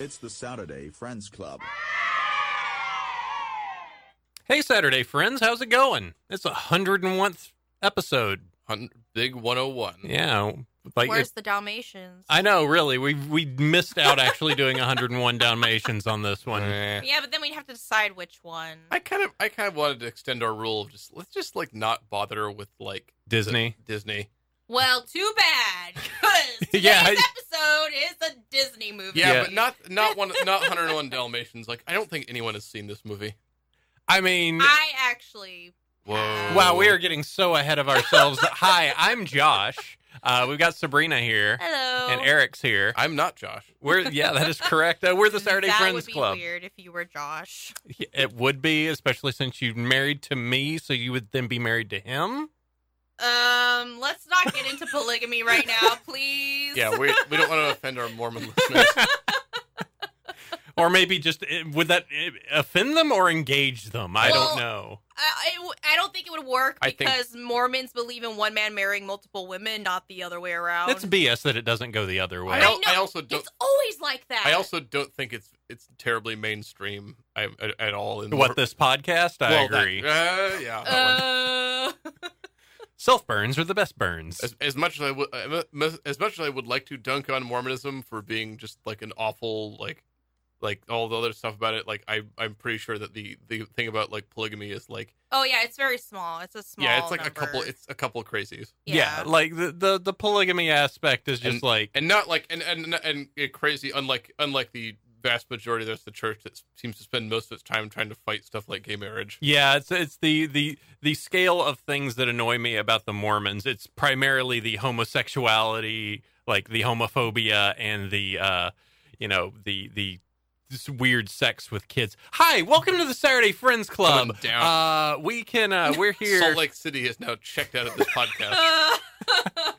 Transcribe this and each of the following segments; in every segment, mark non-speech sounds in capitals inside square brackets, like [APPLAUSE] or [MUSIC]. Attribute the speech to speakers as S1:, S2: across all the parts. S1: It's the Saturday Friends Club.
S2: Hey, Saturday friends, how's it going? It's a hundred and oneth episode.
S3: Hun- Big 101.
S2: Yeah, like
S4: Where's
S2: it-
S4: the Dalmatians?
S2: I know, really, we we missed out actually doing 101 Dalmatians on this one.
S3: Eh.
S4: yeah, but then we'd have to decide which one.
S3: I kind of I kind of wanted to extend our rule of just let's just like not bother with like
S2: Disney.
S3: Disney.
S4: Well, too
S3: [LAUGHS]
S4: bad, because today's
S2: Yeah, I-
S4: episode is a Disney movie.
S3: Yeah, but not not one not 101 Dalmatians. Like I don't think anyone has seen this movie.
S2: I mean,
S4: I actually.
S3: Whoa.
S2: wow, we are getting so ahead of ourselves. Hi, I'm Josh. Uh, we've got Sabrina here
S4: Hello.
S2: and Eric's here.
S3: I'm not Josh.
S2: We're yeah, that is correct. Uh, we're the Saturday
S4: [LAUGHS] Mm, that
S2: Friends
S4: would be
S2: Club.
S4: Weird if you were Josh.
S2: It would be, especially since you're married to me, so you would then be married to him.
S4: Um, let's not get into polygamy right
S3: [LAUGHS]
S4: now, please.
S3: Yeah, [LAUGHS] we we don't want to offend our [LAUGHS] Mormon listeners.
S2: Or maybe just eh, would that eh, offend them or engage them? I
S4: Well,
S2: don't know.
S4: I, I w- I don't think Uh, it would work
S3: I think-
S4: because Mormons believe in one man marrying multiple women, not the other way around.
S2: It's BS that it doesn't go the other way.
S3: I,
S4: Well,
S3: al-
S4: I
S3: I
S4: know.
S3: also don't
S4: It's always like that.
S3: I also don't think it's it's terribly mainstream I, I- at all in
S2: What this podcast? I
S3: Well, that-
S2: agree.
S3: uh, yeah. that one.
S4: Uh, [LAUGHS]
S2: Self burns are the best burns.
S3: As, as much as I would, uh, as much as I would like to dunk on Mormonism for being just like an awful, like, like all the other stuff about it, like I, I'm pretty sure that the the thing about like polygamy is like,
S4: oh yeah, it's very small. It's a small.
S3: yeah, it's like a couple,
S4: number.
S3: it's a couple crazies,
S2: yeah. like the, the the polygamy aspect is just
S3: And-
S2: like
S3: and not like, and and and it crazy, unlike unlike the vast majority of the rest of the church that seems to spend most of its time trying to fight stuff like gay marriage.
S2: Yeah, it's it's the the the scale of things that annoy me about the Mormons. It's primarily the homosexuality, like the homophobia and the uh, you know, the the this weird sex with kids. Hi, welcome to the Saturday Friends Club.
S3: Come down.
S2: Uh we can uh we're here.
S3: Um, Salt
S2: [LAUGHS]
S3: Lake City is now checked out of this podcast.
S4: Uh,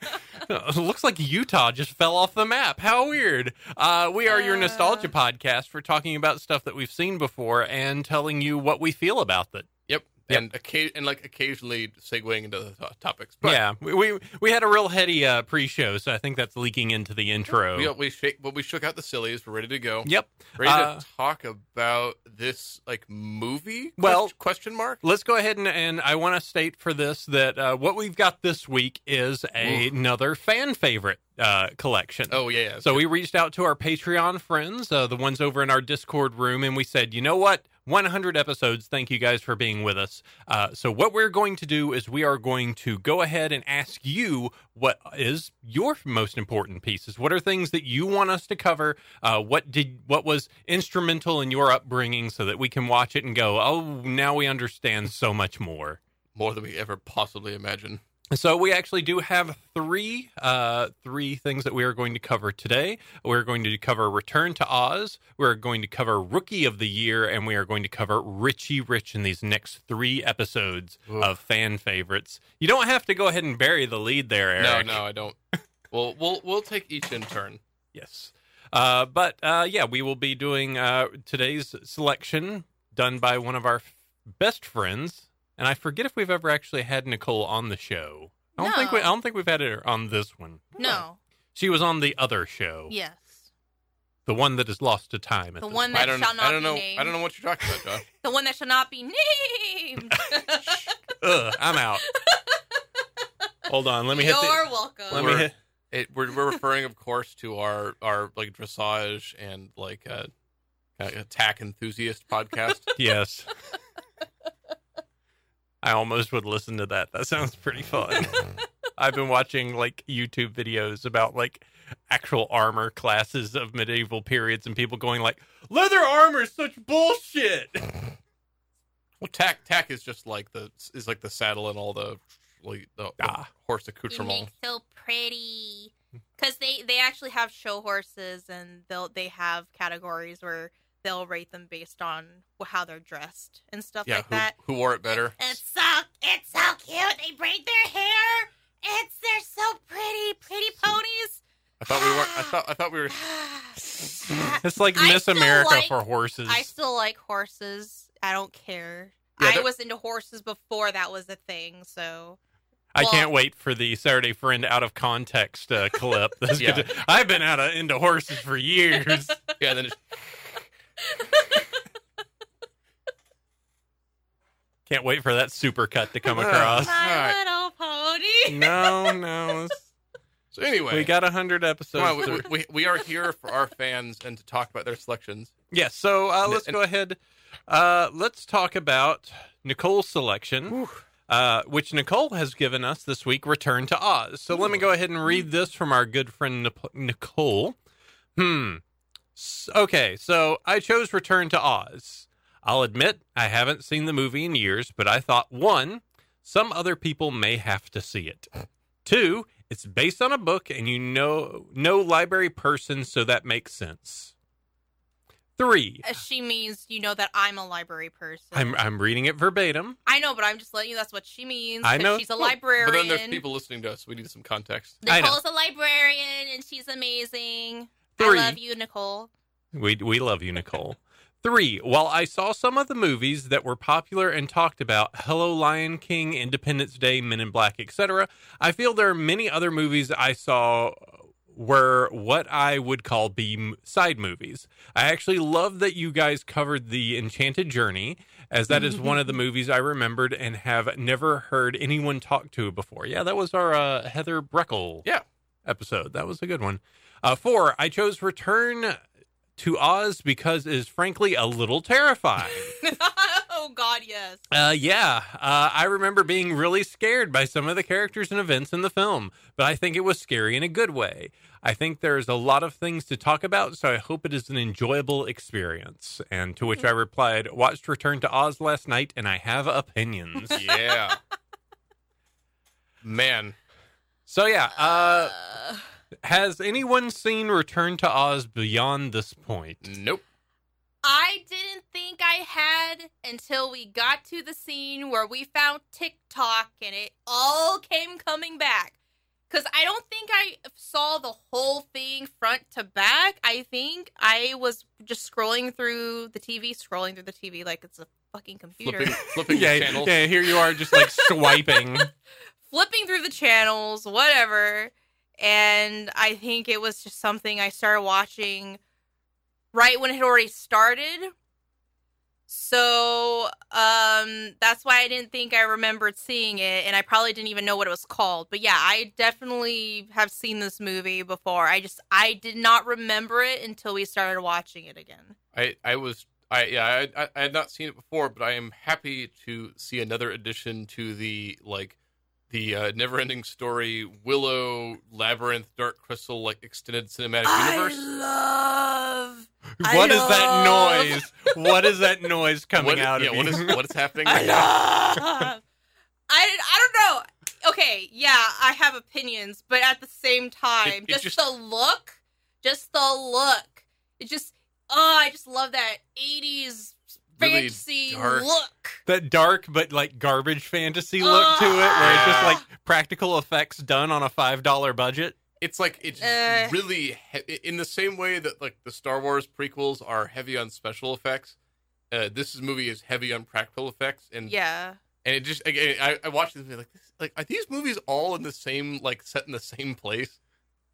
S2: Looks like Utah just fell off the map. How weird. Uh we are your
S4: Uh.
S2: nostalgia podcast for talking about stuff that we've seen before and telling you what we feel about it.
S3: Yep.
S2: Yep.
S3: And occa- and like occasionally segueing into the to- topics, but
S2: yeah, we, we we had a real heady uh, pre-show, so I think that's leaking into the intro.
S3: we we shake, but we shook out the sillies. We're ready to go.
S2: Yep.
S3: Ready
S2: Uh,
S3: to talk about this like movie?
S2: Well-
S3: Quest- question mark.
S2: Let's go ahead and, and I want to state for this that uh, what we've got this week is a,
S3: Ooh.
S2: another fan favorite uh, collection.
S3: Oh yeah. yeah.
S2: So we reached out to our Patreon friends, uh, the ones over in our Discord room, and we said, you know what? 100 episodes. Thank you guys for being with us. Uh, so, what we're going to do is we are going to go ahead and ask you what is your most important pieces. What are things that you want us to cover? Uh, what did what was instrumental in your upbringing, so that we can watch it and go, oh, now we understand so much more.
S3: more than we ever possibly imagined.
S2: So we actually do have three uh, three things that we are going to cover today. We're going to cover Return to Oz, we're going to cover Rookie of the Year, and we are going to cover Richie Rich in these next three episodes
S3: Oof.
S2: of fan favorites. You don't have to go ahead and bury the lead there, Eric.
S3: No, no, I don't. well, we'll we'll take each in turn.
S2: Yes. Uh, but uh, yeah, we will be doing uh, today's selection done by one of our f- best friends, and I forget if we've ever actually had Nicole on the show. I don't think we, I
S4: No.
S2: don't think we've had her on this one.
S4: [LAUGHS] no.
S2: She was on the other show,
S4: Yes.
S2: the one that is lost to time. At
S4: The
S2: this
S4: one
S2: point.
S3: I
S4: That
S3: don't.
S4: shall not
S3: I don't
S4: be
S3: know.
S4: named.
S3: I don't know what you're talking about, Josh.
S4: The one that shall not be named.
S2: Ugh, I'm
S4: [LAUGHS]
S2: out. Hold on, let me hit
S4: You're
S2: the.
S4: welcome.
S2: Let me
S3: We're-
S2: hit.
S3: It, we're we're referring, of course, to our our like dressage and like uh, uh, attack
S2: [LAUGHS]
S3: enthusiast podcast.
S4: [LAUGHS]
S2: Yes. I almost would listen to that. That sounds pretty fun.
S4: [LAUGHS]
S2: I've been watching like YouTube videos about like actual armor classes of medieval periods and people going like leather armor is such bullshit. [LAUGHS]
S3: well, tack tack is just like the is like the saddle and all the like the, the
S2: Ah.
S3: horse
S4: You
S3: accoutrement.
S4: make so pretty. Because they they actually have show horses and they'll they have categories where they'll rate them based on how they're dressed and stuff
S3: yeah,
S4: like
S3: who,
S4: that.
S3: who wore it better?
S4: It's so it's so cute. They braid their hair. It's they're so pretty, pretty
S2: [LAUGHS]
S4: ponies. [SIGHS]
S3: I thought we were. I thought. I thought we were.
S2: It's like
S4: I
S2: Miss
S4: still
S2: America
S4: like-
S2: for horses.
S4: I still like horses. I don't care.
S3: Yeah,
S4: I
S3: they're-
S4: was into horses before that was a thing, so
S2: I
S4: Well-
S2: can't wait for the Saturday
S3: [LAUGHS]
S2: Friend out of context uh, clip. That's
S3: Yeah. [LAUGHS]
S2: good. I've been out of into horses for years.
S3: Yeah, then just,
S2: Can't wait for that super cut to come across.
S4: My
S3: Alright.
S4: little
S2: Mm.
S4: pony.
S2: no, no.
S3: [LAUGHS]
S2: it's-
S3: so anyway,
S2: We got 100
S3: come
S2: episodes.
S3: on,
S2: to-
S3: we, we, we are here for our fans and to talk about their selections.
S2: Yes. So uh,
S3: And-
S2: let's
S3: and-
S2: go ahead. Uh, let's talk about Nicole's selection, uh, which Nicole has given us this week Return to Oz. So let me go ahead and
S3: Mm.
S2: read this from our good friend Nip- Nicole. Hmm. S- Okay. So I chose Return to Oz. I'll admit I haven't seen the movie in years, but I thought one, some other people may have to see it. Two, it's based on a book and you know no library person, so that makes sense. Three,
S4: Uh, She means you know that I'm a library person.
S2: I'm I'm reading it verbatim.
S4: I know, but I'm just letting you. That's what she means.
S2: I
S4: 'cause
S2: know.
S4: she's a
S2: Well, but
S4: librarian.
S3: But then there's people listening to us. We need some context.
S2: I know.
S4: Nicole's a librarian, and she's amazing.
S2: Three.
S4: I love you, Nicole. [LAUGHS]
S2: We we love you, Nicole. Three, while I saw some of the movies that were popular and talked about, Hello Lion King, Independence Day, Men in Black, etc., I feel there are many other movies I saw were what I would call B m- side movies. I actually love that you guys covered The Enchanted Journey, as that is one of the movies I remembered and have never heard anyone talk to before. Yeah, that was our uh, Heather Breckel
S3: Yeah.
S2: episode. That was a good one. Uh, four, I chose Return to Oz because it is frankly a little terrifying.
S4: oh God, yes.
S2: [LAUGHS] Uh, yeah, uh, I remember being really scared by some of the characters and events in the film, but I think it was scary in a good way. I think there's a lot of things to talk about, so I hope it is an enjoyable experience. And to which I replied, watched Return to Oz last night, and I have [LAUGHS] opinions.
S3: Yeah. [LAUGHS] Man,
S2: so yeah, uh,
S4: Uh,
S2: has anyone seen Return to Oz beyond this point?
S3: nope.
S4: I didn't think I had until we got to the scene where we found TikTok, and it all came coming back. Cause I don't think I saw the whole thing front to back. I think I was just scrolling through the TV, scrolling through the TV like it's a fucking computer.
S3: Flipping, flipping the channel.
S2: [LAUGHS] yeah, here you are just like swiping.
S4: flipping through the channels, whatever. And I think it was just something I started watching right when it had already started. So um, that's why I didn't think I remembered seeing it, and I probably didn't even know what it was called. But yeah, I definitely have seen this movie before. I just I did not remember it until we started watching it again.
S3: I, I was I yeah I, I I had not seen it before, but I am happy to see another addition to the like the uh, never-ending story Willow Labyrinth Dark Crystal like extended cinematic universe.
S4: I love. I
S2: What is
S4: love-
S2: that noise? What is that noise coming
S3: What-
S2: out
S3: yeah,
S2: of
S3: what
S2: you? [LAUGHS]
S3: is what is happening?
S4: I
S3: right now?
S4: love. [LAUGHS] I I don't know. Okay, yeah, I have opinions, but at the same time,
S3: it
S4: just,
S3: just-
S4: the look, just the look. It just oh, I just love that '80s
S3: Really
S4: fancy
S3: dark.
S4: look.
S2: that dark but like garbage fantasy look to it, where it's just
S4: Ah!
S2: like practical effects done on a five dollar budget.
S3: It's like it's
S4: Uh.
S3: really he- in the same way that like the Star Wars prequels are heavy on special effects. Uh, this movie is heavy on practical effects and
S4: Yeah,
S3: and it just again I, I watched this movie like this, like are these movies all in the same like set in the same place?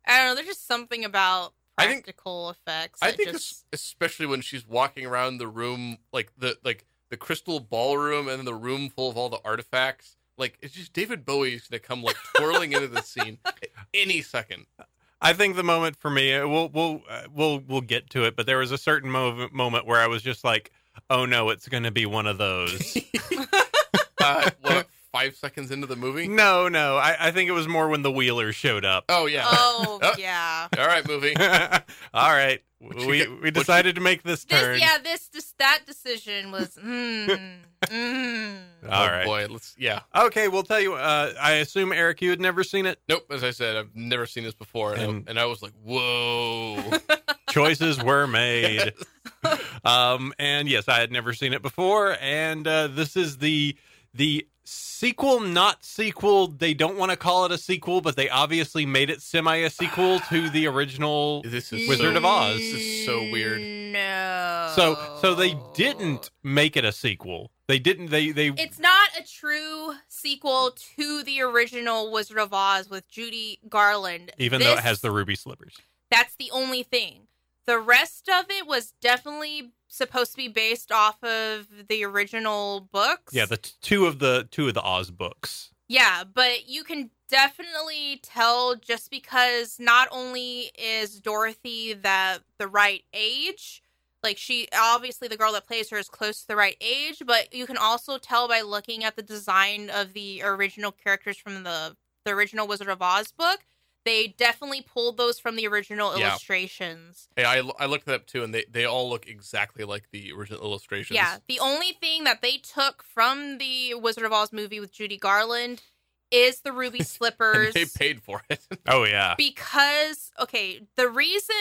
S4: I don't know. There's just something about
S3: I think-
S4: practical effects.
S3: I
S4: that
S3: think
S4: just,
S3: es- especially when she's walking around the room, like the like the crystal ballroom and the room full of all the artifacts. Like it's just David Bowie's gonna come like twirling into the
S4: [LAUGHS]
S3: scene at any second.
S2: I think the moment for me, uh, we'll we'll uh, we'll we'll get to it, but there was a certain mov- moment where I was just like, "Oh no, it's going to be one of [LAUGHS] those."
S3: Uh, what five seconds into the movie?
S2: no, no, I, I think it was more when the Wheelers showed up. [LAUGHS]
S3: [LAUGHS] Oh yeah.
S4: oh
S3: Uh,
S4: yeah.
S3: all right, movie.
S2: All right,
S3: you
S2: we
S3: get-
S2: we
S3: what you-
S2: decided to make this
S4: This
S2: turn.
S4: yeah, this this that decision was
S3: [LAUGHS]
S4: mm, mm.
S2: All
S3: oh,
S2: right.
S3: boy. Let's yeah.
S2: Okay, we'll tell you. Uh, I assume Eric, you had never seen it.
S3: Nope. As I said, I've never seen this before, and, I- and
S2: And-
S3: I, was like, whoa.
S2: Choices were made. um, and yes, I had never seen it before. And uh, this is the the sequel, not sequel. They don't want to call it a sequel, but they obviously made it semi a sequel to the original.
S3: this is
S2: Wizard
S3: so,
S2: of Oz.
S3: This is so weird.
S4: Mm, No.
S2: So so they didn't make it a sequel. They didn't. They they.
S4: It's not a true sequel to the original Wizard of Oz with Judy Garland.
S2: even though it
S4: This-
S2: has the ruby slippers.
S4: that's the only thing. The rest of it was definitely supposed to be based off of the original books.
S2: Yeah, the t- two of the two of the Oz books.
S4: Yeah, but you can definitely tell just because not only is Dorothy the the right age, like she obviously the girl that plays her is close to the right age, but you can also tell by looking at the design of the original characters from the the original Wizard of Oz book. They definitely pulled those from the original
S3: Yeah.
S4: illustrations.
S3: Hey, I, I looked it up too, and they, they all look exactly like the original illustrations.
S4: Yeah, the only thing that they took from the Wizard of Oz movie with Judy Garland is the
S3: [LAUGHS] [LAUGHS]
S4: ruby
S3: And
S4: slippers.
S3: they paid for it. [LAUGHS]
S2: Oh yeah.
S4: because okay, the reason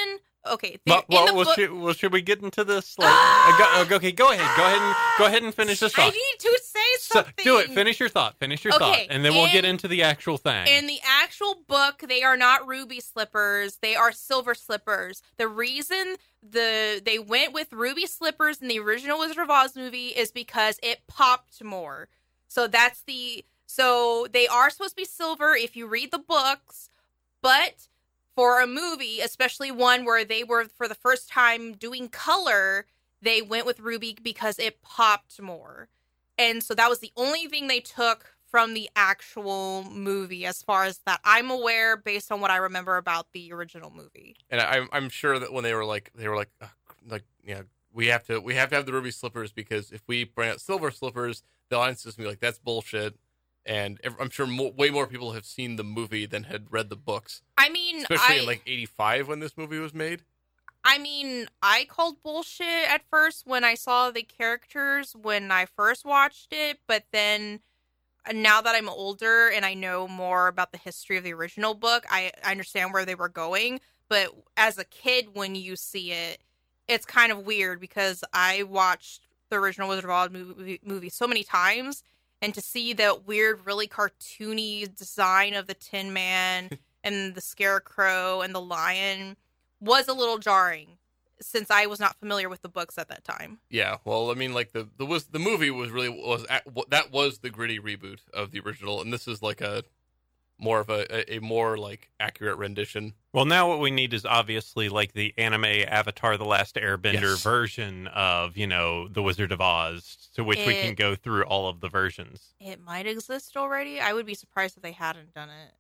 S4: okay the,
S2: Well, well,
S4: in the
S2: well,
S4: book,
S2: should, well, should we get into this? Like, uh, go- uh, go- okay, go ahead, go ahead, and go ahead and finish this
S4: I
S2: thought.
S4: need to say
S2: So-
S4: something.
S2: do it. Finish your thought. Finish your
S4: Okay,
S2: thought, and then we'll get
S4: in-
S2: into the actual thing.
S4: In the actual book, they are not ruby slippers; they are silver slippers. The reason the they went with ruby slippers in the original Wizard of Oz movie is because it popped more. So that's the so they are supposed to be silver if you read the books, but for a movie, especially one where they were for the first time doing color, they went with ruby because it popped more. And so that was the only thing they took from the actual movie, as far as that I'm aware, based on what I remember about the original movie.
S3: and I'm I'm sure that when they were like they were like "Ugh, like yeah we have to we have to have the ruby slippers because if we bring out silver slippers the audience is gonna be like that's bullshit and ev- I'm sure mo- way more people have seen the movie than had read the books
S4: I mean,
S3: especially
S4: I,
S3: in like '85 when this movie was made
S4: I mean, I called bullshit at first when I saw the characters when I first watched it, but then uh, now that I'm older and I know more about the history of the original book, I, I understand where they were going. But as a kid, when you see it, it's kind of weird because I watched the original Wizard of Oz movie, movie so many times, and to see that weird, really cartoony design of the Tin Man and the Scarecrow and the Lion was a little jarring since I was not familiar with the books at that time.
S3: yeah well I mean like the the was the movie was really was at, wa- that was the gritty reboot of the original and this is like a more of a a, a more like accurate rendition
S2: well, now what we need is obviously like the anime Avatar: The Last Airbender
S3: Yes.
S2: version of you know the Wizard of Oz, to which we
S4: It-
S2: can go through all of the versions.
S4: It might exist already. I would be surprised if they hadn't done it.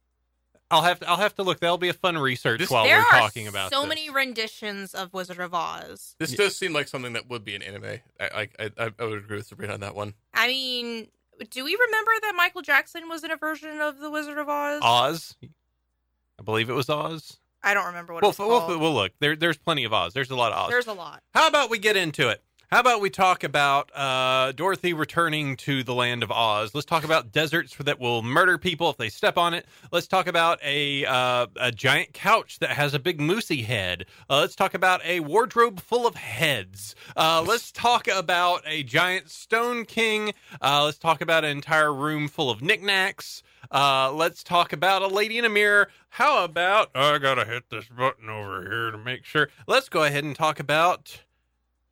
S2: I'll have to. I'll have to look. That'll be a fun research
S3: This-
S2: while
S4: there
S2: we're
S4: are
S2: talking about
S4: so
S2: this.
S4: many renditions of Wizard of Oz.
S3: This
S2: Yeah.
S3: does seem like something that would be an anime. I I, I, I would agree with Sabrina on that one.
S4: I mean, do we remember that Michael Jackson was in a version of the Wizard of Oz?
S2: Oz. I believe it was Oz.
S4: I don't remember what
S2: Well,
S4: it was
S2: f-
S4: called.
S2: well, f- well, look. There, there's plenty of Oz. There's a lot of Oz.
S4: There's a lot.
S2: How about we get into it? How about we talk about uh, Dorothy returning to the land of Oz? Let's talk about deserts that will murder people if they step on it. Let's talk about a uh, a giant couch that has a big moosey head. Uh, let's talk about a wardrobe full of heads. Uh, let's talk about a giant stone king. Uh, let's talk about an entire room full of knickknacks. Uh, let's talk about a lady in a mirror. How about I gotta hit this button over here to make sure. Let's go ahead and talk about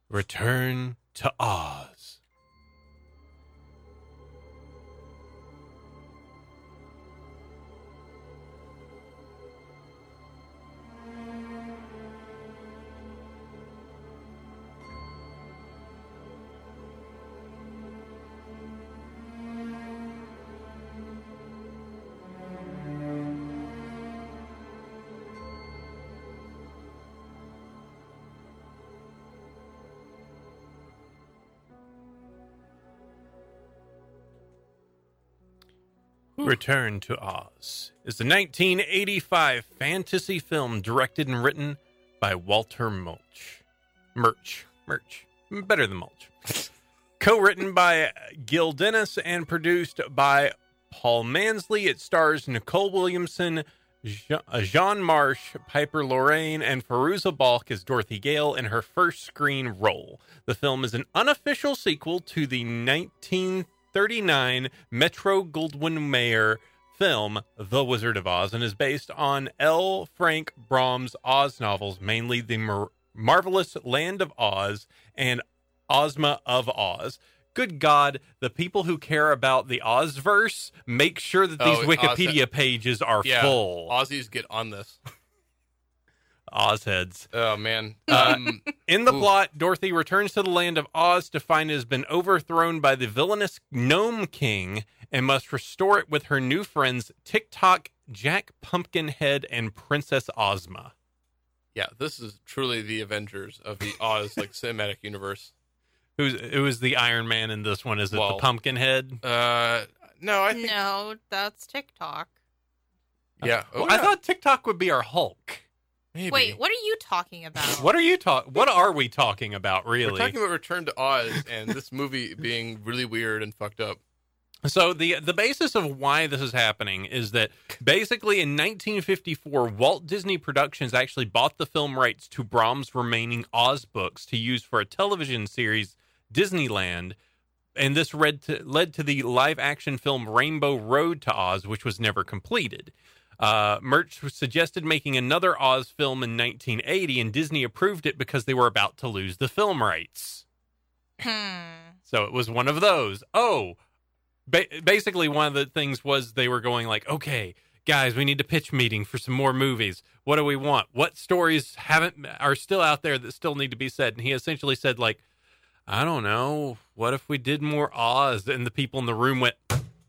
S2: Return to Oz. Return to Oz is the 1985 fantasy film directed and written by Walter Mulch. Murch. Murch. Better than Mulch. [LAUGHS] Co written by Gil Dennis and produced by Paul Mansley. It stars Nicole Williamson, Je- uh, Jean Marsh, Piper Lorraine, and Feruza Balk as Dorothy Gale in her first screen role. The film is an unofficial sequel to the 1939 Metro Goldwyn Mayer film The Wizard of Oz and is based on L. Frank Brahms' Oz novels, mainly The Mar- Marvelous Land of Oz and Ozma of Oz. Good God, the people who care about the Ozverse make sure that these
S3: Oh, Oz-
S2: Wikipedia pages are
S3: Yeah.
S2: full.
S3: Aussies get on this.
S2: Ozheads.
S3: Oh [LAUGHS] man.
S2: Uh,
S3: Um,
S2: In the
S3: Ooh.
S2: plot, Dorothy returns to the land of Oz to find it has been overthrown by the villainous Gnome King and must restore it with her new friends TikTok, Jack Pumpkinhead, and Princess Ozma.
S3: yeah, this is truly the Avengers of the Oz like cinematic universe.
S2: Who's who is the Iron Man in this one? Is it
S3: Well-
S2: the Pumpkinhead?
S3: Uh, no, I think
S4: No, that's TikTok.
S3: yeah.
S2: Well,
S3: Oh,
S2: I
S3: yeah,
S2: thought TikTok would be our Hulk.
S3: maybe.
S4: Wait, what are you talking about?
S2: [LAUGHS] What are you talking? What are we talking about,
S3: We're
S2: really?
S3: talking about Return to Oz and this
S2: [LAUGHS]
S3: movie being really weird and fucked up.
S2: So the the basis of why this is happening is that basically in 1954, Walt Disney Productions actually bought the film rights to Brahms' remaining Oz books to use for a television series, Disneyland, and this read to, led to the live action film Rainbow Road to Oz, which was never completed. Uh, Merch suggested making another Oz film in 1980, and Disney approved it because they were about to lose the film rights. [LAUGHS]
S4: Hmm.
S2: So it was one of those. Oh, ba- basically, one of the things was they were going like, okay, guys, we need to pitch meeting for some more movies. What do we want? What stories haven't are still out there that still need to be said? And he essentially said like, I don't know. What if we did more Oz? And the people in the room went,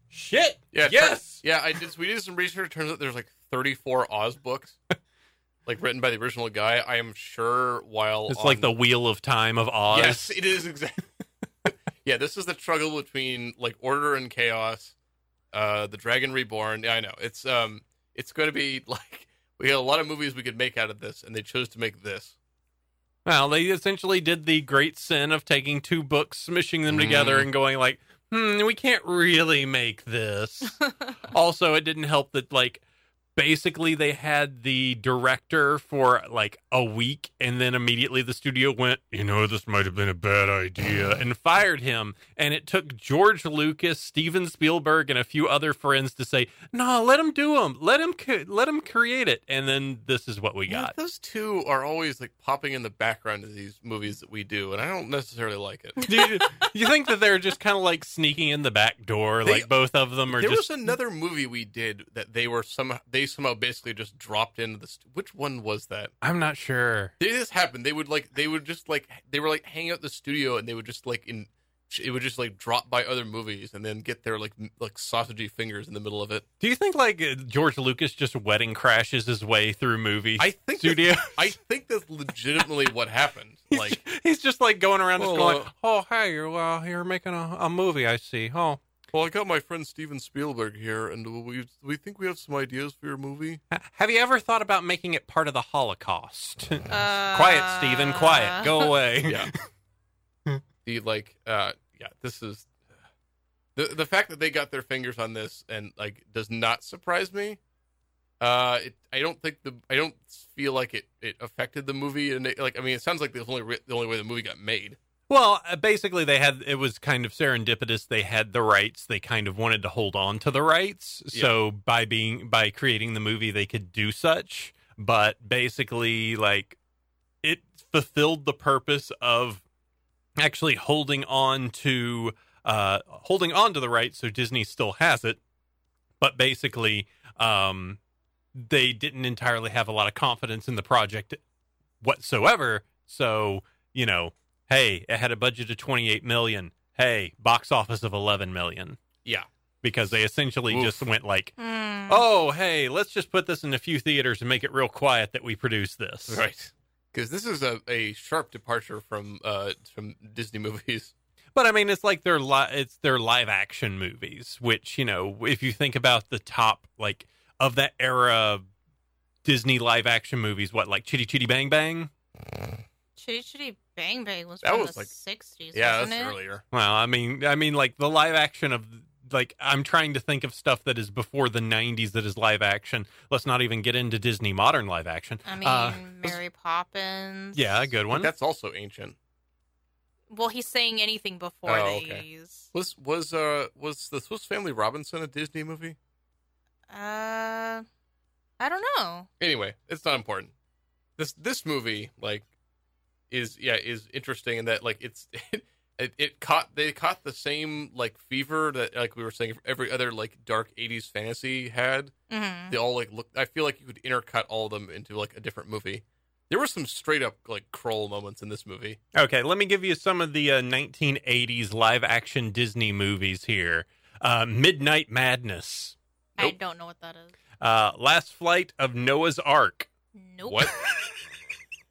S2: shit.
S3: Yeah. it
S2: yes.
S3: turns- yeah, I did. We did some research. Turns out there's like 34 Oz
S2: [LAUGHS]
S3: books, like written by the original guy. I am sure. While
S2: It's like
S3: on-
S2: the Wheel of Time of Oz.
S3: Yes, it
S2: [LAUGHS]
S3: is exactly. yeah, this is the struggle between like order and chaos. Uh, the Dragon Reborn. Yeah, I know. It's um, it's going to be [LAUGHS] like we had a lot of movies we could make out of this, and they chose to make this.
S2: Well, they essentially did the great sin of taking two books, smishing them together,
S3: Mm.
S2: and going like, "Hmm, we can't really make this." also, it didn't help that like basically they had the director for like a week, and then immediately the studio went, "You know, this might have been a bad idea," and fired him. And it took George Lucas, Steven Spielberg, and a few other friends to say, "No, let him do them. Let him co- let him create it." And then this is what we
S3: Yeah,
S2: got.
S3: those two are always like popping in the background of these movies that we do, and I don't necessarily like
S2: [LAUGHS]
S3: it.
S2: [LAUGHS] Do you, you think that they're just kind of like sneaking in the back door?
S3: They-
S2: like both of them are
S3: there
S2: just
S3: was another movie we did that they were somehow they somehow basically just dropped into the. St- Which one was that?
S2: I'm not sure.
S3: They just happened. They would like they would just like they were like hanging out at the studio and they would just like in it would just like drop by other movies and then get their like m- like sausagey fingers in the middle of it.
S2: Do you think like uh, George Lucas just wedding crashes his way through movies?
S3: I think that-
S2: studio.
S3: I think that's legitimately what happened.
S2: like
S3: Like
S2: [LAUGHS] he's just like going around just
S3: Well,
S2: going, "Oh, hey, you're well, you're making a, a movie. I see. Oh,
S3: well, I got my friend Steven Spielberg here and we we think we have some ideas for your movie.
S2: H- have you ever thought about making it part of the Holocaust?" [LAUGHS]
S4: Uh,
S2: quiet, Stephen. Quiet. Go away.
S3: Yeah. [LAUGHS] the like uh yeah, this is the the fact that they got their fingers on this and like does not surprise me. Uh, it, I don't think the I don't feel like it, it affected the movie and it, like I mean it sounds like the only re- the only way the movie got made.
S2: Well, uh, basically, they had it was kind of serendipitous. They had the rights. They kind of wanted to hold on to the rights. So by being by creating the movie, they could do such. But basically, like it fulfilled the purpose of actually holding on to uh, holding on to the rights. So Disney still has it, but basically, um, they didn't entirely have a lot of confidence in the project whatsoever. So you know hey, it had a budget of 28 million. Hey, box office of 11 million.
S3: Yeah.
S2: Because they essentially
S3: Oof.
S2: just went like,
S4: Hmm.
S2: oh, hey, let's just put this in a few theaters and make it real quiet that we produce this.
S3: [LAUGHS] Right. Because this is a, a sharp departure from uh from Disney movies.
S2: But I mean, it's like their li- it's their live action movies, which you know, if you think about the top like of that era. Disney live action movies, what like Chitty Chitty Bang Bang?
S4: Chitty Chitty Bang Bang was
S3: That
S4: from
S3: was
S4: the
S3: like-
S4: 60s,
S3: Yeah, that's
S4: wasn't it?
S3: earlier.
S2: Well, I mean, I mean, like the live action of like I'm trying to think of stuff that is before the '90s that is live action. Let's not even get into Disney modern live action.
S4: I mean,
S2: Uh,
S4: Mary Poppins.
S2: yeah, a good
S3: But
S2: one.
S3: that's also ancient.
S4: Well, he's saying anything before
S3: Oh,
S4: these.
S3: okay. Was was uh was the Swiss Family Robinson a Disney movie?
S4: Uh, I don't know.
S3: anyway, it's not important. This this movie like is yeah is interesting in that like it's [LAUGHS] it, it caught they caught the same like fever that like we were saying every other like dark 80s fantasy had.
S4: hmm
S3: They all like look I feel like you could intercut all of them into like a different movie. There were some straight up like crawl moments in this movie.
S2: Okay, let me give you some of the uh, 1980s live action Disney movies here. Uh, Midnight Madness,
S4: I
S3: Nope.
S4: don't know what that is.
S2: uh, Last Flight of Noah's Ark,
S4: Nope.
S3: What?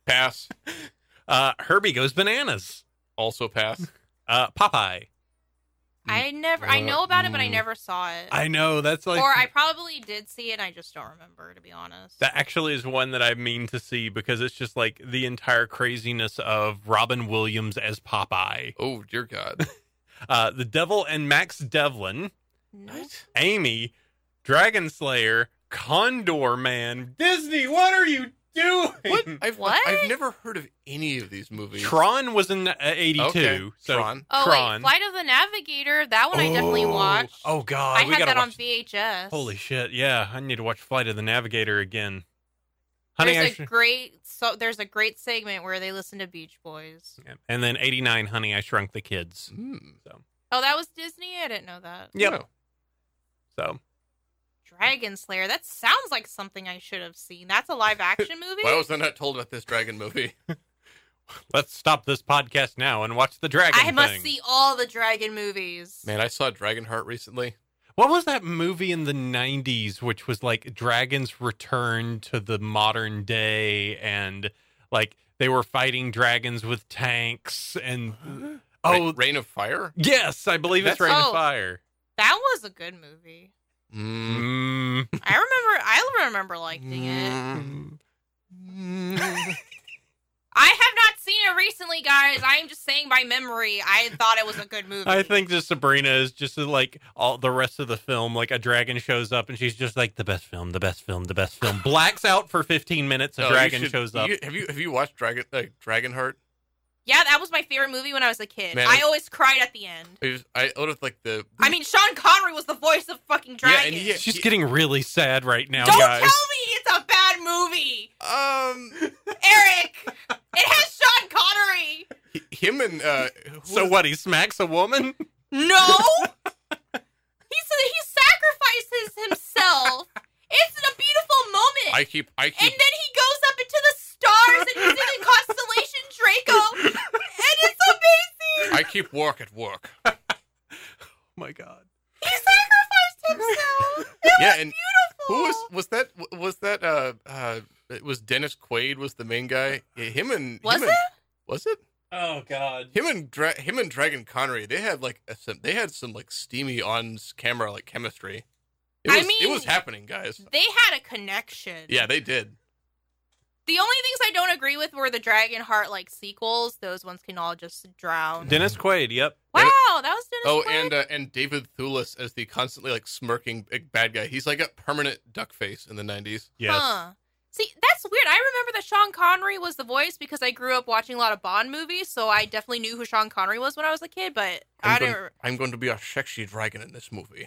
S3: pass.
S2: uh, Herbie Goes Bananas,
S3: Also pass.
S2: uh, Popeye.
S4: [LAUGHS] I never. I know about it, but I never saw it.
S2: Uh, I know that's like
S4: or I probably did see it. I just don't remember, to be honest.
S2: that actually is one that I mean to see because it's just like the entire craziness of Robin Williams as Popeye,
S3: Oh dear God.
S2: uh, the Devil and Max Devlin,
S4: Nope.
S2: Amy, Dragon Slayer, Condor Man, Disney. What are you doing?
S3: What? I've,
S4: What?
S3: I've never heard of any of these
S2: [LAUGHS]
S3: movies.
S2: Tron was in uh, 82.
S3: Okay.
S2: So,
S3: Tron.
S4: Oh
S2: Tron.
S4: wait, Flight of the Navigator. That one I definitely
S3: Oh.
S4: watched.
S2: Oh, God.
S4: I
S2: we
S4: had
S2: gotta
S4: that on
S2: watch-
S4: VHS.
S2: Holy shit. Yeah. I need to watch Flight of the Navigator again. Honey,
S4: There's
S2: I
S4: a
S2: Shrunk.
S4: great so there's a great segment where they listen to Beach Boys.
S2: And then 89, Honey, I Shrunk the Kids.
S3: Hmm.
S4: Oh, that was Disney. I didn't know that.
S2: Yep.
S3: Oh.
S2: So,
S4: Dragon Slayer. That sounds like something I should have seen. That's
S2: [LAUGHS]
S4: a live action movie.
S3: Why was I not told about this dragon movie?
S2: let's stop this podcast now and watch the dragon
S4: I must
S2: thing.
S4: see all the Dragon movies.
S3: [LAUGHS] Man, I saw Dragonheart recently.
S2: What was that movie in the 90s which was like dragons return to the modern day and like they were fighting dragons with tanks
S3: [GASPS]
S2: and oh
S3: Ra- Reign of Fire.
S2: yes, I believe it's
S3: That's-
S2: Rain of
S4: Oh.
S2: Fire.
S4: That was a good movie.
S3: Mm.
S2: Mm.
S4: I remember. I remember liking it.
S3: Mm.
S4: I have not seen it recently, guys. I am just saying by memory. I thought it was a good movie.
S2: [LAUGHS] I think just Sabrina is just uh, like all the rest of the film. Like a dragon shows up and she's just like the best film, the best film, the best film. Blacks out for 15 minutes. A
S3: Oh, you
S2: dragon
S3: should-
S2: shows up.
S3: you- have you have you watched Dragon like Dragonheart?
S4: Yeah, that was my favorite movie when I was a kid.
S3: Man,
S4: I
S3: it's-
S4: always cried at the end.
S3: I was- I out of like the.
S4: I mean, Sean Connery was the voice of fucking
S3: Yeah, and
S4: Dragon.
S3: yeah,
S2: She's getting really sad right now,
S4: Don't
S2: guys.
S4: tell me it's a bad movie,
S3: um,
S4: Eric. it has Sean Connery.
S3: him and uh, who
S2: so
S3: was-
S2: what? He smacks a woman? [LAUGHS] Oh
S4: No, he said he sacrifices himself. It's a beautiful moment.
S3: I keep I
S4: And
S3: keep
S4: then he goes up into the stars and he's in the constellation Draco. And it's amazing.
S3: I keep work at work.
S4: [LAUGHS]
S2: Oh my god.
S4: He sacrificed himself. It
S3: yeah,
S4: was
S3: and
S4: beautiful.
S3: who was was that was that uh uh it was Dennis Quaid was the main guy. Yeah, him and
S4: Was
S3: him and-
S4: it?
S3: was it
S2: Oh god.
S3: him and Dra- him and Dragon Connery? They had like a, some they had some like steamy on camera like chemistry. It
S4: I
S3: was, it
S4: mean-
S3: was happening, guys.
S4: They had a connection.
S3: Yeah, they did.
S4: The only things I don't agree with were the Dragon Heart like sequels. Those ones can all just drown.
S2: Dennis Quaid, yep.
S4: wow, that was Dennis.
S3: Oh,
S4: Quaid?
S3: and uh, and David Thewlis as the constantly like smirking big bad guy. He's like a permanent duck face in the nineties.
S2: Yes.
S4: Huh. See, that's weird. I remember that Sean Connery was the voice because I grew up watching a lot of Bond movies, so I definitely knew who Sean Connery was when I was a kid. But I
S3: I'm,
S4: didn't.
S3: going- I'm going to be a sexy dragon in this movie.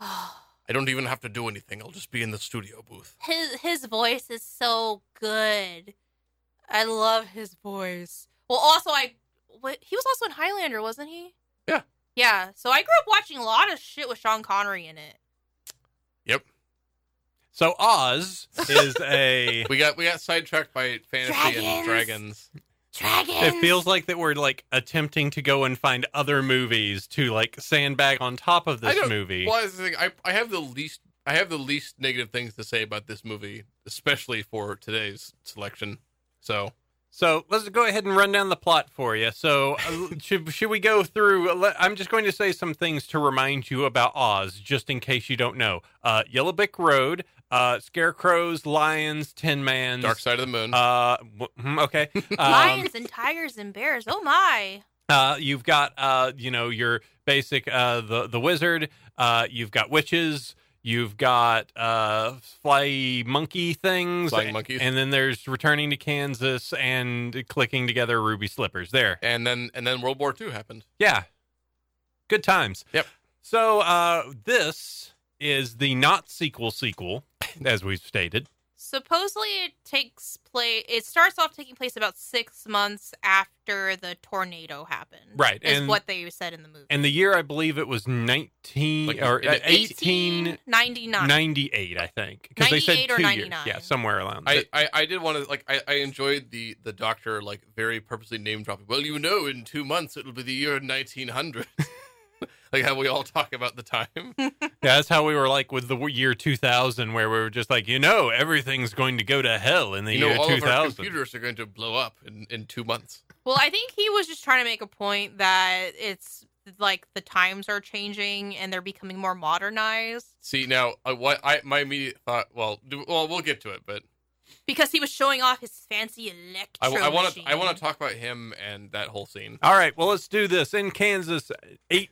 S4: Oh,
S3: I don't even have to do anything. I'll just be in the studio booth.
S4: [SIGHS] his his voice is so good. I love his voice. Well, also I what he was also in Highlander, wasn't he?
S3: Yeah.
S4: Yeah. So I grew up watching a lot of shit with Sean Connery in it.
S2: So Oz is a
S3: We got we got sidetracked by fantasy and
S4: Dragons.
S3: dragons.
S4: Dragons.
S2: it feels like that we're like attempting to go and find other movies to like sandbag on top of
S3: I
S2: this
S3: don't-
S2: movie.
S3: Well, that's the thing. I I have the least I have the least negative things to say about this movie, especially for today's selection. So
S2: So let's go ahead and run down the plot for you. So uh, should should we go through? le- I'm just going to say some things to remind you about Oz, just in case you don't know. Uh, Yellow Brick Road, uh, scarecrows, lions, tin mans.
S3: Dark Side of the Moon.
S2: Mm. Uh, w- mm, okay. Um,
S4: lions and tigers and bears. Oh my.
S2: Uh, you've got uh, you know, your basic uh, the the wizard. Uh, you've got witches. You've got uh, fly monkey things.
S3: Flying monkeys.
S2: And then there's returning to Kansas and clicking together ruby slippers. There,
S3: and then and then World War II happened.
S2: yeah, good times.
S3: Yep.
S2: So uh, this is the not sequel sequel, as we've stated.
S4: supposedly it takes place it starts off taking place about six months after the tornado happened
S2: Right,
S4: is
S2: and-
S4: what they said in the movie
S2: And the year I believe it was nineteen
S3: Like, uh,
S2: or
S3: in the
S2: eighteen
S4: 1899
S2: ninety eight, I think, because they said
S4: 98 or
S2: two years.
S4: 99.
S2: Yeah, somewhere around.
S3: I,
S2: there.
S3: I, I did want to like I, I enjoyed the the doctor like very purposely name dropping. Well, you know, in two months it'll be the year nineteen hundred. [LAUGHS] like how we all talk about the time.
S2: Yeah, that's how we were like with the w- year two thousand, where we were just like, you know, everything's going to go to hell in the
S3: you
S2: year
S3: know, all
S2: two
S3: of our
S2: thousand.
S3: computers are going to blow up in, in two months.
S4: well i think he was just trying to make a point that it's like the times are changing and they're becoming more modernized
S3: See now, uh, what I my immediate thought. Well, do, well, we'll get to it, but
S4: because he was showing off his fancy electro
S3: I want to
S4: machine.
S3: I want to talk about him and that whole scene.
S2: All right, well, let's do this. In Kansas,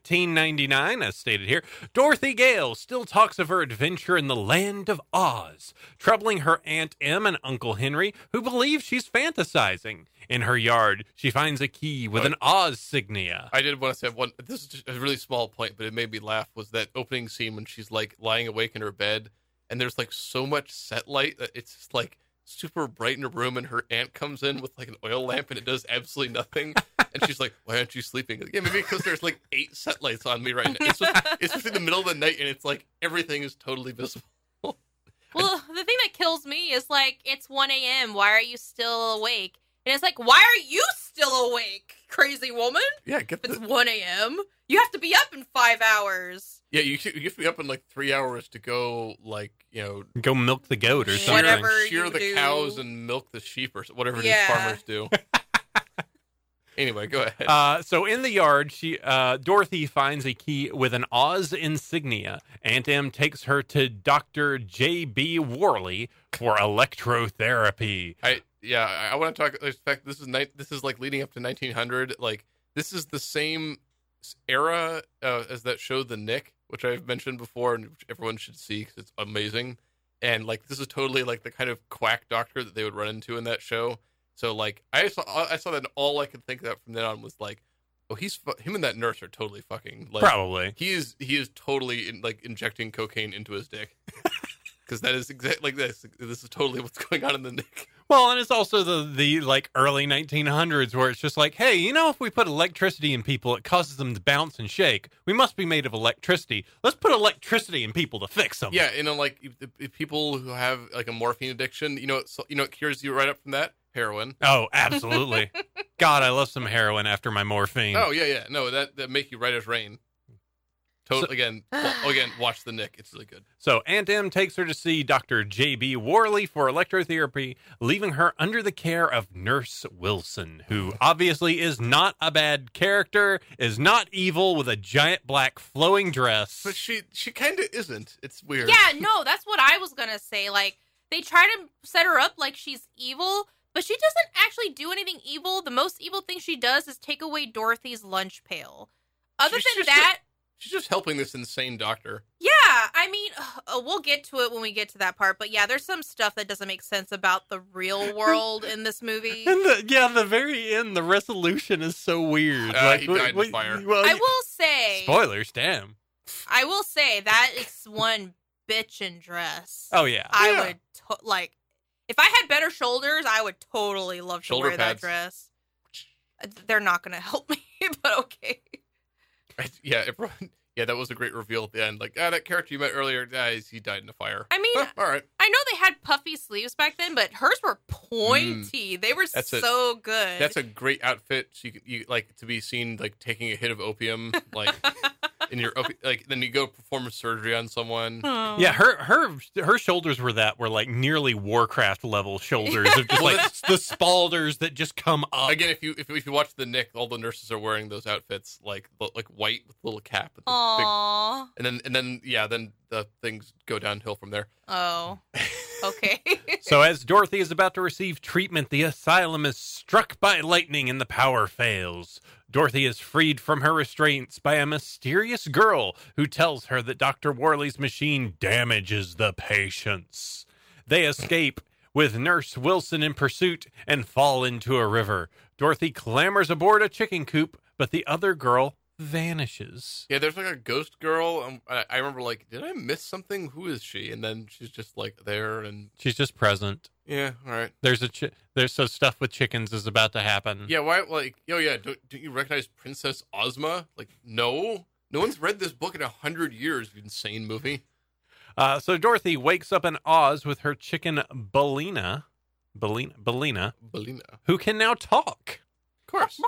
S2: 1899, as stated here, Dorothy Gale still talks of her adventure in the land of Oz, troubling her Aunt Em and Uncle Henry, who believe she's fantasizing. In her yard, she finds a key with an Oz signia.
S3: I did want to say one. This is just a really small point, but it made me laugh. Was that opening scene when she's like lying awake in her bed, and there's like so much set light that it's just like super bright in her room, and her aunt comes in with like an oil lamp, and it does absolutely nothing. and she's like, "Why aren't you sleeping?" Like, yeah, maybe because there's like eight set lights on me right now. It's just, it's just in the middle of the night, and it's like everything is totally visible.
S4: Well, the thing that kills me is like it's 1 a.m. Why are you still awake? And it's like, why are you still awake, crazy woman?
S3: Yeah, get
S4: If it's 1 a.m., you have to be up in five hours.
S3: yeah. You you have to be up in like three hours to go like you know
S2: Go milk the goat or something.
S4: Whatever
S3: shear
S4: you
S3: the
S4: do.
S3: cows and milk the sheep or so- whatever these
S4: Yeah.
S3: farmers
S4: [LAUGHS]
S3: do. anyway, go ahead.
S2: Uh, so in the yard, she uh, Dorothy finds a key with an Oz insignia. Aunt Em takes her to Doctor J. B. Worley for electrotherapy.
S3: I yeah, I, I want to talk. In fact, this is ni- this is like leading up to 1900. Like this is the same s- era uh, as that show, The Nick, which I've mentioned before, and which everyone should see because it's amazing. And like this is totally like the kind of quack doctor that they would run into in that show. So like I saw I saw that and all I could think of from then on was like, oh he's fu- him and that nurse are totally fucking like
S2: Probably.
S3: He is he is totally in, like injecting cocaine into his
S4: [LAUGHS]
S3: dick. Because that is exactly like this. This is totally what's going on in the Nick.
S2: Well, and it's also the the like early 1900s where it's just like, hey, you know, if we put electricity in people, it causes them to bounce and shake. We must be made of electricity. Let's put electricity in people to fix
S4: Oh.
S2: them.
S3: Yeah, you know, like if, if- if people who have like a morphine addiction, you know, it's- you know, it cures you right up from that heroin.
S2: Oh, absolutely.
S3: [LAUGHS]
S2: God, I love some heroin after my morphine.
S3: Oh yeah, yeah, no, that that make you right as rain. Totally
S4: [SIGHS]
S3: again, wa- again, watch the Nick. It's really good.
S2: So Aunt Em takes her to see Dr. J.B. Worley for electrotherapy, leaving her under the care of Nurse Wilson, who obviously is not a bad character, is not evil with a giant black flowing dress.
S3: But she she kind of isn't. It's weird.
S4: Yeah, no, that's what I was gonna say. Like they try to set her up like she's evil, but she doesn't actually do anything evil. The most evil thing she does is take away Dorothy's lunch pail. Other
S3: She's
S4: than
S3: just a-
S4: that,
S3: she's just helping this insane doctor.
S4: Yeah, I mean, [SIGHS] uh, we'll get to it when we get to that part, but yeah, there's some stuff that doesn't make sense about the [LAUGHS] real world in this [LAUGHS] movie.
S2: And the, yeah, the very end, the resolution is so weird.
S3: Uh, he died in
S2: wait,
S3: fire.
S2: well,
S4: I will say,
S2: Spoilers, damn.
S4: I will say that is one bitchin' dress.
S2: Oh yeah.
S4: I
S3: Yeah.
S4: would to- like if I had better shoulders, I would totally love to
S3: Shoulder
S4: wear
S3: pads.
S4: that dress. Uh, They're not gonna help me, [LAUGHS] but okay.
S3: Right? Yeah, everyone. [LAUGHS] Yeah, that was a great reveal at the end. Like, ah, that character you met earlier, guys, he died in a fire.
S4: I mean, [LAUGHS]
S3: Huh, [LAUGHS] all right,
S4: I know they had puffy sleeves back then, but hers were pointy. they were
S3: Mm. That's a-
S4: so good.
S3: that's a great outfit. She could- you like to be seen like taking a hit of opium, like in your opi- like. Then you go perform surgery on someone.
S4: Oh.
S2: Yeah, her her her shoulders were that were like nearly Warcraft level shoulders of just
S3: Well,
S2: like the spalders that just come up.
S3: Again, if you if, if you watch the Nick, all the nurses are wearing those outfits, like the- like white with little cap. With the big-
S4: Aww.
S3: and then and then yeah, then the things go downhill from there. [LAUGHS]
S4: Oh. Okay.
S2: So, as Dorothy is about to receive treatment, the asylum is struck by lightning and the power fails. Dorothy is freed from her restraints by a mysterious girl who tells her that Dr. Worley's machine damages the patients. They escape with Nurse Wilson in pursuit and fall into a river. Dorothy clambers aboard a chicken coop, but the other girl vanishes.
S3: Yeah, there's like a ghost girl. Um, I, I remember like, did I miss something? Who is she? And then she's just like there, and
S2: She's just present.
S3: yeah, all right.
S2: There's a chi- there's so stuff with chickens is about to happen.
S3: Yeah, why? Like, oh yeah, don't, don't you recognize Princess Ozma? Like, no, no one's read this book in a hundred years. You insane movie.
S2: Uh, so Dorothy wakes up in Oz with her chicken Belina, Belina, Belina,
S3: Belina, of
S2: who can now talk.
S3: course.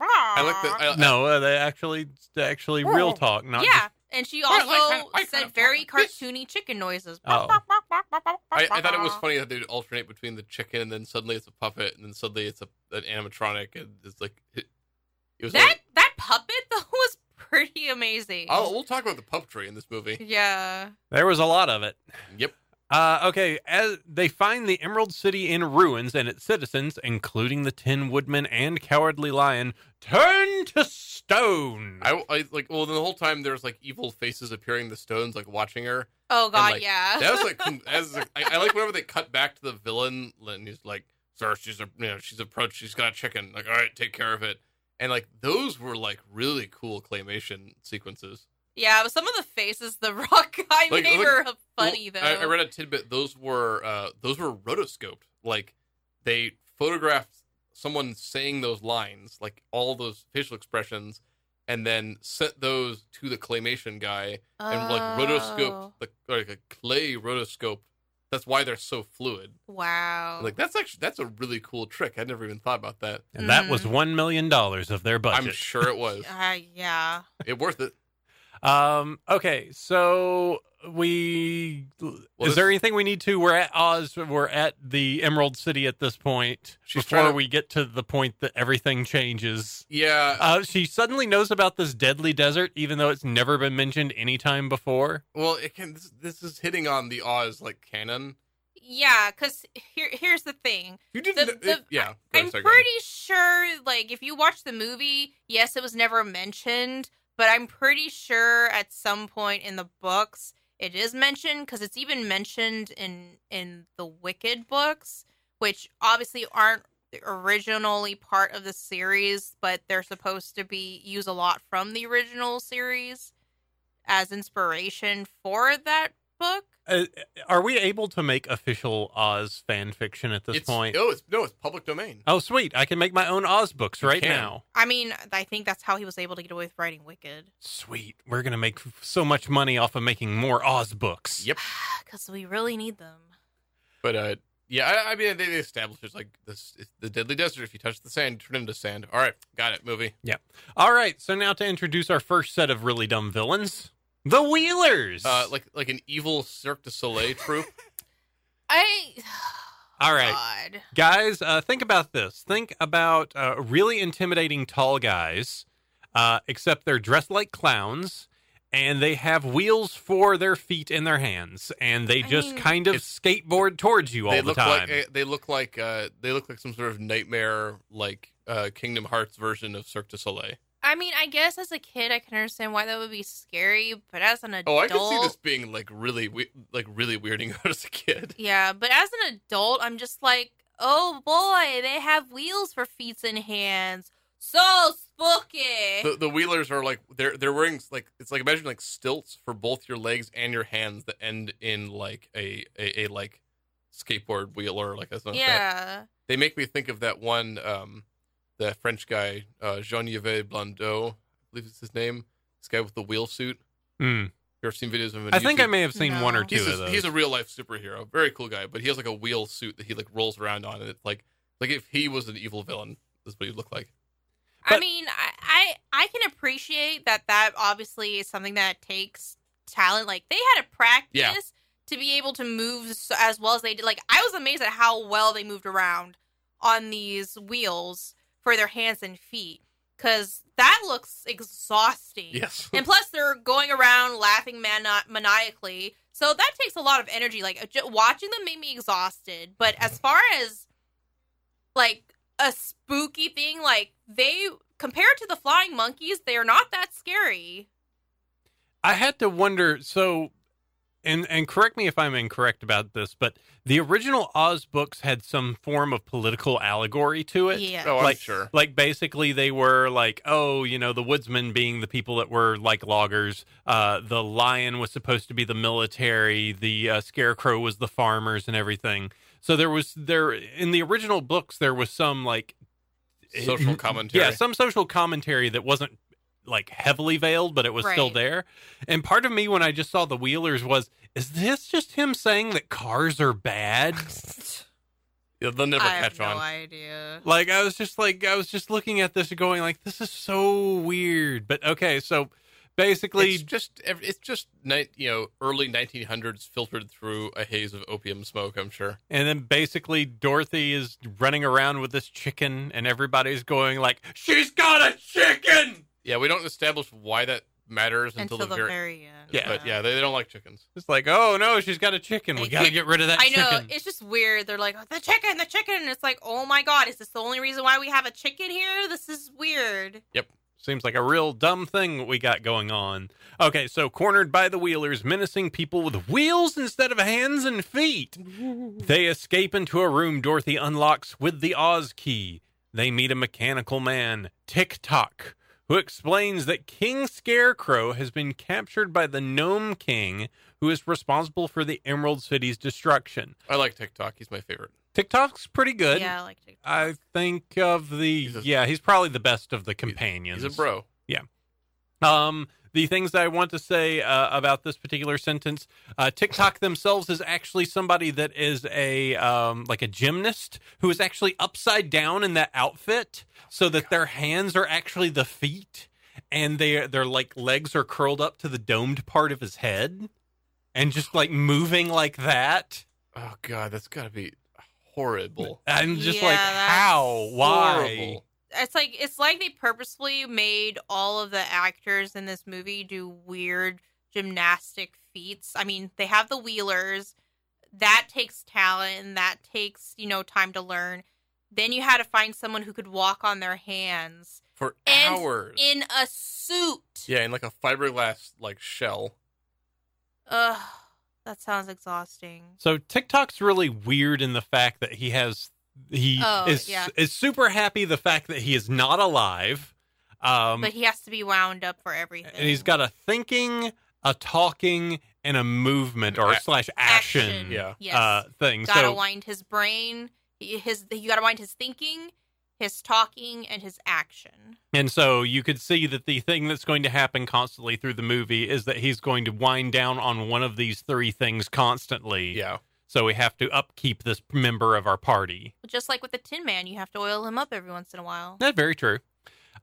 S3: I like
S4: [LAUGHS]
S3: the. I,
S2: No, uh, they actually they actually real talk, not
S4: yeah, and she
S3: Well,
S4: also
S3: I kind of- I kind
S4: said
S3: of-
S4: very cartoony chicken noises. [LAUGHS]
S2: Oh.
S3: I, I thought it was funny that they'd alternate between the chicken, and then suddenly it's a puppet, and then suddenly it's a an animatronic, and it's like it, it was.
S4: That
S3: like,
S4: that puppet though [LAUGHS] was pretty amazing.
S3: I'll, oh, we'll talk about the puppetry in this [LAUGHS] movie.
S4: Yeah.
S2: There was a lot of it.
S3: Yep.
S2: Uh, okay, as they find the Emerald City in ruins and its citizens, including the Tin Woodman and Cowardly Lion, turn to stone.
S3: I, I like well the whole time there's like evil faces appearing in the stones like watching her.
S4: Oh god,
S3: like,
S4: yeah.
S3: That was like as I, I like whenever they cut back to the villain and he's like, "Sir, she's a you know she's approached. She's got a chicken. Like, all right, take care of it." And like those were like really cool claymation sequences.
S4: [LAUGHS] yeah, but some of the faces the rock [LAUGHS] guy
S3: Like-
S4: made
S3: like-
S4: are funny
S3: Well,
S4: though.
S3: I, I read a tidbit. Those were uh, those were rotoscoped. Like they photographed someone saying those lines, like all those facial expressions, and then sent those to the claymation guy. and like rotoscoped
S4: Oh,
S3: the like a clay rotoscope. That's why they're so fluid.
S4: Wow.
S3: Like that's actually that's a really cool trick. I never even thought about that.
S2: and that was one million dollars of their budget.
S3: I'm sure it was.
S4: Uh, yeah.
S3: it worth it.
S2: Um, okay, so we
S3: Well,
S2: is there
S3: this-
S2: anything we need to? We're at Oz. We're at the Emerald City at this point.
S3: She's
S2: before
S3: trying to-
S2: we get to the point that everything changes.
S3: Yeah.
S2: Uh, she suddenly knows about this deadly desert, even though it's never been mentioned any time before.
S3: well, it can. This, this is hitting on the Oz like canon.
S4: Yeah, because here, here's the thing.
S3: You didn't.
S4: The-
S3: it-
S4: the-
S3: yeah. go
S4: I'm
S3: ahead, sorry, go ahead.
S4: pretty sure, like, if you watch the movie, yes, it was never mentioned, but I'm pretty sure at some point in the books it is mentioned because it's even mentioned in in the Wicked books, which obviously aren't originally part of the series, but they're supposed to be use a lot from the original series as inspiration for that book.
S2: Uh, are we able to make official Oz fan fiction at this
S3: It's-
S2: point?
S3: No, it's no, it's public domain.
S2: Oh, sweet! I can make my own Oz books
S3: You
S2: right
S3: can.
S2: now.
S4: I mean, I think that's how he was able to get away with writing Wicked. [SIGHS]
S2: Sweet, we're gonna make f- so much money off of making more Oz books.
S3: Yep.
S4: Because we really need them.
S3: But uh, yeah, I, I mean, they, they established it's like this it's the deadly desert. If you touch the sand, turn into sand. All right, got it. Movie.
S2: All right, so now to introduce our first set of really dumb villains, the Wheelers.
S3: Uh, like like an evil Cirque du Soleil troupe.
S4: I. [SIGHS]
S2: All right.
S3: uh,
S4: God.
S2: guys uh, think about this think about uh, really intimidating tall guys uh, except they're dressed like clowns and they have wheels for their feet and their hands and they
S4: I
S2: just
S4: mean-
S2: kind of
S3: It's-
S2: skateboard towards you [LAUGHS] all
S3: they
S2: the
S3: look
S2: time
S3: like uh, they look like uh, they look like some sort of nightmare like uh, Kingdom Hearts version of Cirque du Soleil.
S4: I mean, I guess as a kid, I can understand why that would be scary, but as an adult,
S3: Oh, I could see this being like really we- like really weirding [LAUGHS] out as a kid.
S4: yeah. But as an adult, I'm just like, oh boy, they have wheels for feet and hands. So spooky.
S3: The, the wheelers are like they're they're wearing like it's like imagine like stilts for both your legs and your hands that end in like a a, a like skateboard wheel or like something. Like that.
S4: yeah.
S3: They make me think of that one um the French guy uh, Jean-Yves Blondeau, I believe it's his name. This guy with the wheel suit.
S2: Mm.
S3: You ever seen videos of him? on
S2: i think
S3: YouTube?
S2: i may have seen one or
S4: No.
S2: two
S3: he's
S2: of
S3: a,
S2: those
S3: he's a real life superhero, very cool guy, but he has like a wheel suit that he like rolls around on, and it's like like if he was an evil villain, this is what he'd look like.
S4: I
S2: But-
S4: mean, I, I I can appreciate that. That obviously is something that takes talent. Like they had to practice
S3: Yeah.
S4: to be able to move s- as well as they did. Like I was amazed at how well they moved around on these wheels for their hands and feet because that looks exhausting.
S3: [LAUGHS] Yes,
S4: And plus, they're going around laughing mani- maniacally, so that takes a lot of energy. Like uh, ju- watching them made me exhausted. But as far as like a spooky thing, like they compared to the flying monkeys, they are not that scary.
S2: i had to wonder so and and correct me if I'm incorrect about this, but the original Oz books had some form of political allegory to it.
S4: Yeah.
S3: Oh,
S2: [LAUGHS]
S3: I'm
S2: like,
S3: sure.
S2: Like basically, they were like, oh, you know, the woodsmen being the people that were like loggers. Uh, the lion was supposed to be the military. The uh, scarecrow was the farmers and everything. So there was there in the original books there was some like
S3: Social commentary.
S2: Yeah, some social commentary that wasn't like heavily veiled, but it was still
S4: Right.
S2: there. And part of me when I just saw the Wheelers was, is this just him saying that cars are bad?
S3: Yeah, They'll never
S4: I
S3: catch
S4: have no
S3: on.
S4: idea.
S2: Like I was just like I was just looking at this and going like this is so weird. But okay, so basically
S3: It's just ev- it's just night you know early 1900s filtered through a haze of opium smoke. I'm sure.
S2: and then basically Dorothy is running around with this chicken and everybody's going like she's got a chicken.
S3: Yeah, we don't establish why that matters until, the, very.
S4: end.
S2: Yeah.
S3: But yeah, they, they don't like chickens.
S2: It's like, "Oh no, she's got a chicken. We
S4: They
S2: got to
S4: keep-
S2: get rid of that
S4: I know
S2: chicken."
S4: it's just weird. They're like "Oh, the chicken, the chicken, and it's like, oh my god, is this the only reason why we have a chicken here? This is weird.
S2: Seems like a real dumb thing that we got going on. Okay, so cornered by the wheelers, menacing people with wheels instead of hands and feet. They escape into a room Dorothy unlocks with the Oz key. They meet a mechanical man, Tick Tock, who explains that King Scarecrow has been captured by the Gnome King, who is responsible for the Emerald City's destruction.
S3: I like TikTok. He's my favorite.
S2: Tick Tock's pretty good.
S4: Yeah, I like chicken.
S2: I think of the
S3: He's a-
S2: yeah, he's probably the best of the companions.
S3: He's a bro.
S2: Um, the things that I want to say uh, about this particular sentence, uh, TikTok themselves is actually somebody that is a um, like a gymnast who is actually upside down in that outfit, so that their hands are actually the feet, and their their like legs are curled up to the domed part of his head, and just like moving like that.
S3: Oh god, that's gotta be horrible.
S2: I'm just
S4: Yeah,
S2: like,
S4: that's
S2: how? Why?
S3: Horrible.
S4: It's like it's like they purposefully made all of the actors in this movie do weird gymnastic feats. I mean, they have the wheelers. That takes talent and that takes, you know, time to learn. Then you had to find someone who could walk on their hands
S3: for
S4: And
S3: hours.
S4: in a suit.
S3: yeah, in like a fiberglass like shell.
S4: Ugh, that sounds exhausting.
S2: So TikTok's really weird in the fact that he has he
S4: Oh,
S2: is
S4: yeah.
S2: is super happy the fact that he is not alive. Um
S4: But he has to be wound up for everything.
S2: and he's got a thinking, a talking, and a movement or
S3: A-
S2: slash action,
S3: Yeah.
S4: Yes.
S2: uh [LAUGHS] thing.
S4: gotta
S2: so
S4: wind his brain. he- His you gotta wind his thinking, his talking, and his action.
S2: and so you could see that the thing that's going to happen constantly through the movie is that he's going to wind down on one of these three things constantly.
S3: Yeah.
S2: So we have to upkeep this member of our party.
S4: Just like with the Tin Man, you have to oil him up every once in
S2: [LAUGHS]
S4: a while. [LAUGHS]
S2: That's very true.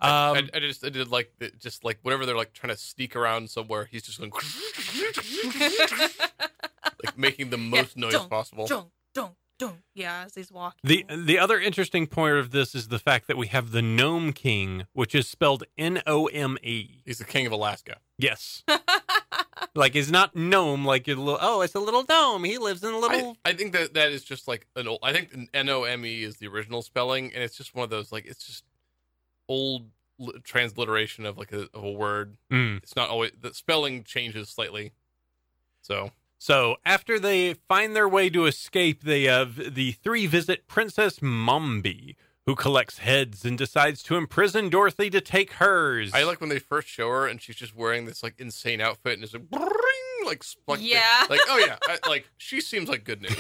S2: Um,
S3: I, I just I did like the- just like whenever they're like trying to sneak around somewhere, he's just going [LAUGHS] like making the most noise
S4: don't-
S3: possible.
S4: don't, don't, don't. Yeah, as he's walking.
S2: The uh, the other interesting point of this is the fact that we have the Gnome King, which is spelled N O M E.
S3: He's the king of Alaska.
S4: [LAUGHS]
S2: Yes. like it's not gnome like your little oh, it's a little gnome. He lives in a
S3: I,
S2: little
S3: I think that that is just like an old. I think N O M E is the original spelling, and it's just one of those like it's just old li- transliteration of like a, of a word.
S2: Mm.
S3: It's not always the spelling changes slightly. So
S2: So after they find their way to escape, they uh, v- the three visit Princess Mombi, who collects heads and decides to imprison Dorothy to take hers.
S3: I like when they first show her, and she's just wearing this like insane outfit, and it's like "Bring," like sp- like,
S4: Yeah.
S3: like oh yeah, I, like she seems like good news.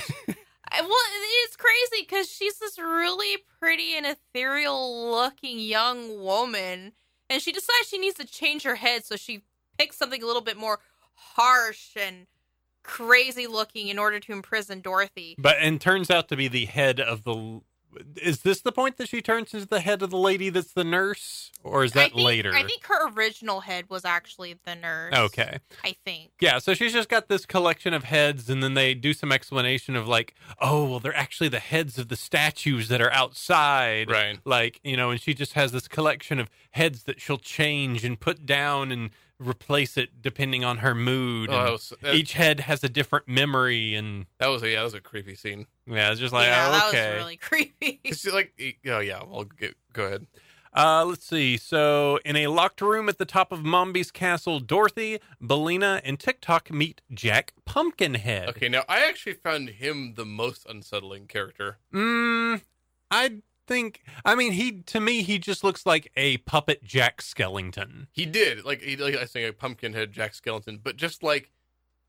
S4: I- well, it's crazy because she's this really pretty and ethereal looking young woman, and she decides she needs to change her head, so she picks something a little bit more harsh and crazy looking in order to imprison Dorothy.
S2: But and turns out to be the head of the. l- Is this the point that she turns into the head of the lady that's the nurse, or is
S4: I
S2: that
S4: think-
S2: later?
S4: I think her original head was actually the nurse.
S2: Okay.
S4: I think.
S2: Yeah, so she's just got this collection of heads, and then they do some explanation of like, oh, well, they're actually the heads of the statues that are outside.
S3: Right.
S2: Like, you know, and she just has this collection of heads that she'll change and put down and replace it depending on her mood.
S3: Oh, that
S2: and
S3: was, that,
S2: each head has a different memory, and
S3: that was a, yeah, that was a creepy scene.
S2: yeah, it's just like,
S4: yeah,
S2: oh,
S4: that
S2: okay.
S4: was really [LAUGHS] creepy.
S3: It's just like oh yeah, well get, go ahead.
S2: Uh, let's see. So, in a locked room at the top of Mombi's castle, Dorothy, Belina, and TikTok meet Jack Pumpkinhead.
S3: Okay, now I actually found him the most unsettling character.
S2: Mm, I think. I mean, he to me he just looks like a puppet Jack Skellington.
S3: He did like he like I was saying like Pumpkinhead Jack Skeleton, but just like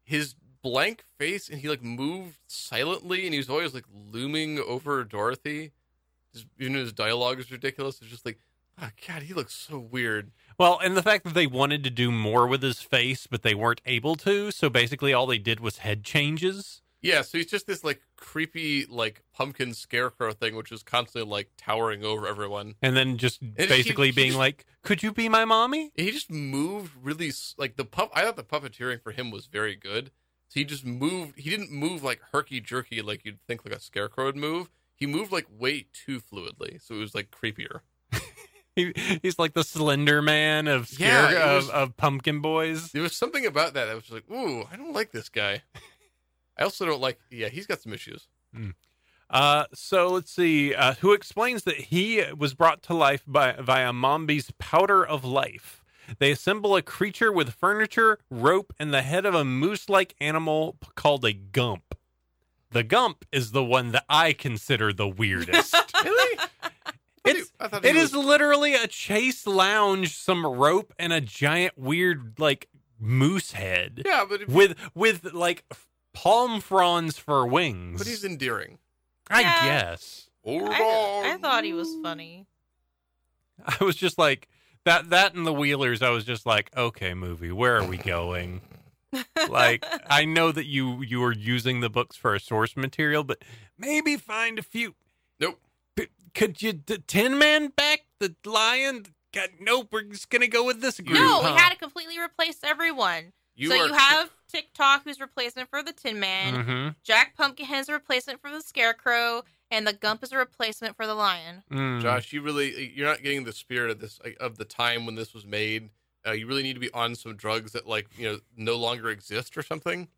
S3: his blank face and he like moved silently and he was always like looming over Dorothy. Just, even his dialogue is ridiculous. It's just like, oh god, he looks so weird.
S2: Well, and the fact that they wanted to do more with his face, but they weren't able to, so basically all they did was head changes.
S3: Yeah, so he's just this like creepy like pumpkin scarecrow thing, which is constantly like towering over everyone.
S2: And then just
S3: he-
S2: basically
S3: he
S2: being
S3: just-
S2: like, "Could you be my mommy?"
S3: He just moved really s- like the pup. I thought the puppeteering for him was very good. So he just moved. He didn't move like herky jerky like you'd think like a scarecrow would move. He moved like way too fluidly, so it was like creepier.
S2: He, he's like the Slender Man of
S3: Yeah,
S2: scare
S3: he was-
S2: of, of Pumpkin Boys.
S3: There was something about that that was just like, ooh, I don't like this guy. [LAUGHS] I also don't like. Yeah, he's got some issues.
S2: Uh, so let's see. Uh, who explains that he was brought to life by via Mombi's powder of life? They assemble a creature with furniture, rope, and the head of a moose-like animal p- called a gump. The gump is the one that I consider the
S3: [LAUGHS]
S2: weirdest.
S3: Really?
S2: It's-
S3: I thought he
S2: It is
S3: was-
S2: literally a chase lounge, some rope, and a giant weird like moose head
S3: Yeah, but if,
S2: with with like f- palm fronds for wings.
S3: but he's endearing.
S2: I
S4: Yeah.
S2: guess
S4: I, I thought he was funny.
S2: [LAUGHS] I was just like that that and the Wheelers. I was just like, okay, movie, where are we going? like I know that you you are using the books for a source material, but maybe find a few.
S3: Nope.
S2: P- Could you the Tin Man back the lion? God, nope. We're just gonna go with this group.
S4: no,
S2: huh?
S4: we had to completely replace everyone.
S3: You
S4: so
S3: are
S4: you have TikTok, who's replacement for the Tin Man.
S2: Mhm.
S4: Jack Pumpkinhead's a replacement for the Scarecrow, and the Gump is a replacement for the Lion.
S2: Mm.
S3: Josh, you really you're not getting the spirit of this of the time when this was made. Uh, you really need to be on some drugs that like you know no longer exist or something.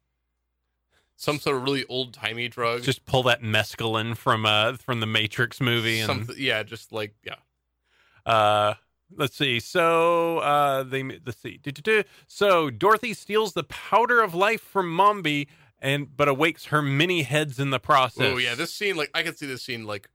S3: Some sort of really old timey drug.
S2: Just pull that mescaline from uh from the Matrix movie and
S3: something. Yeah, just like yeah.
S2: Uh, let's see. So uh, they let's see. Du-du-du. So Dorothy steals the powder of life from Mombi, and but awakes her mini heads in the process.
S3: Oh yeah, this scene like I could see this scene like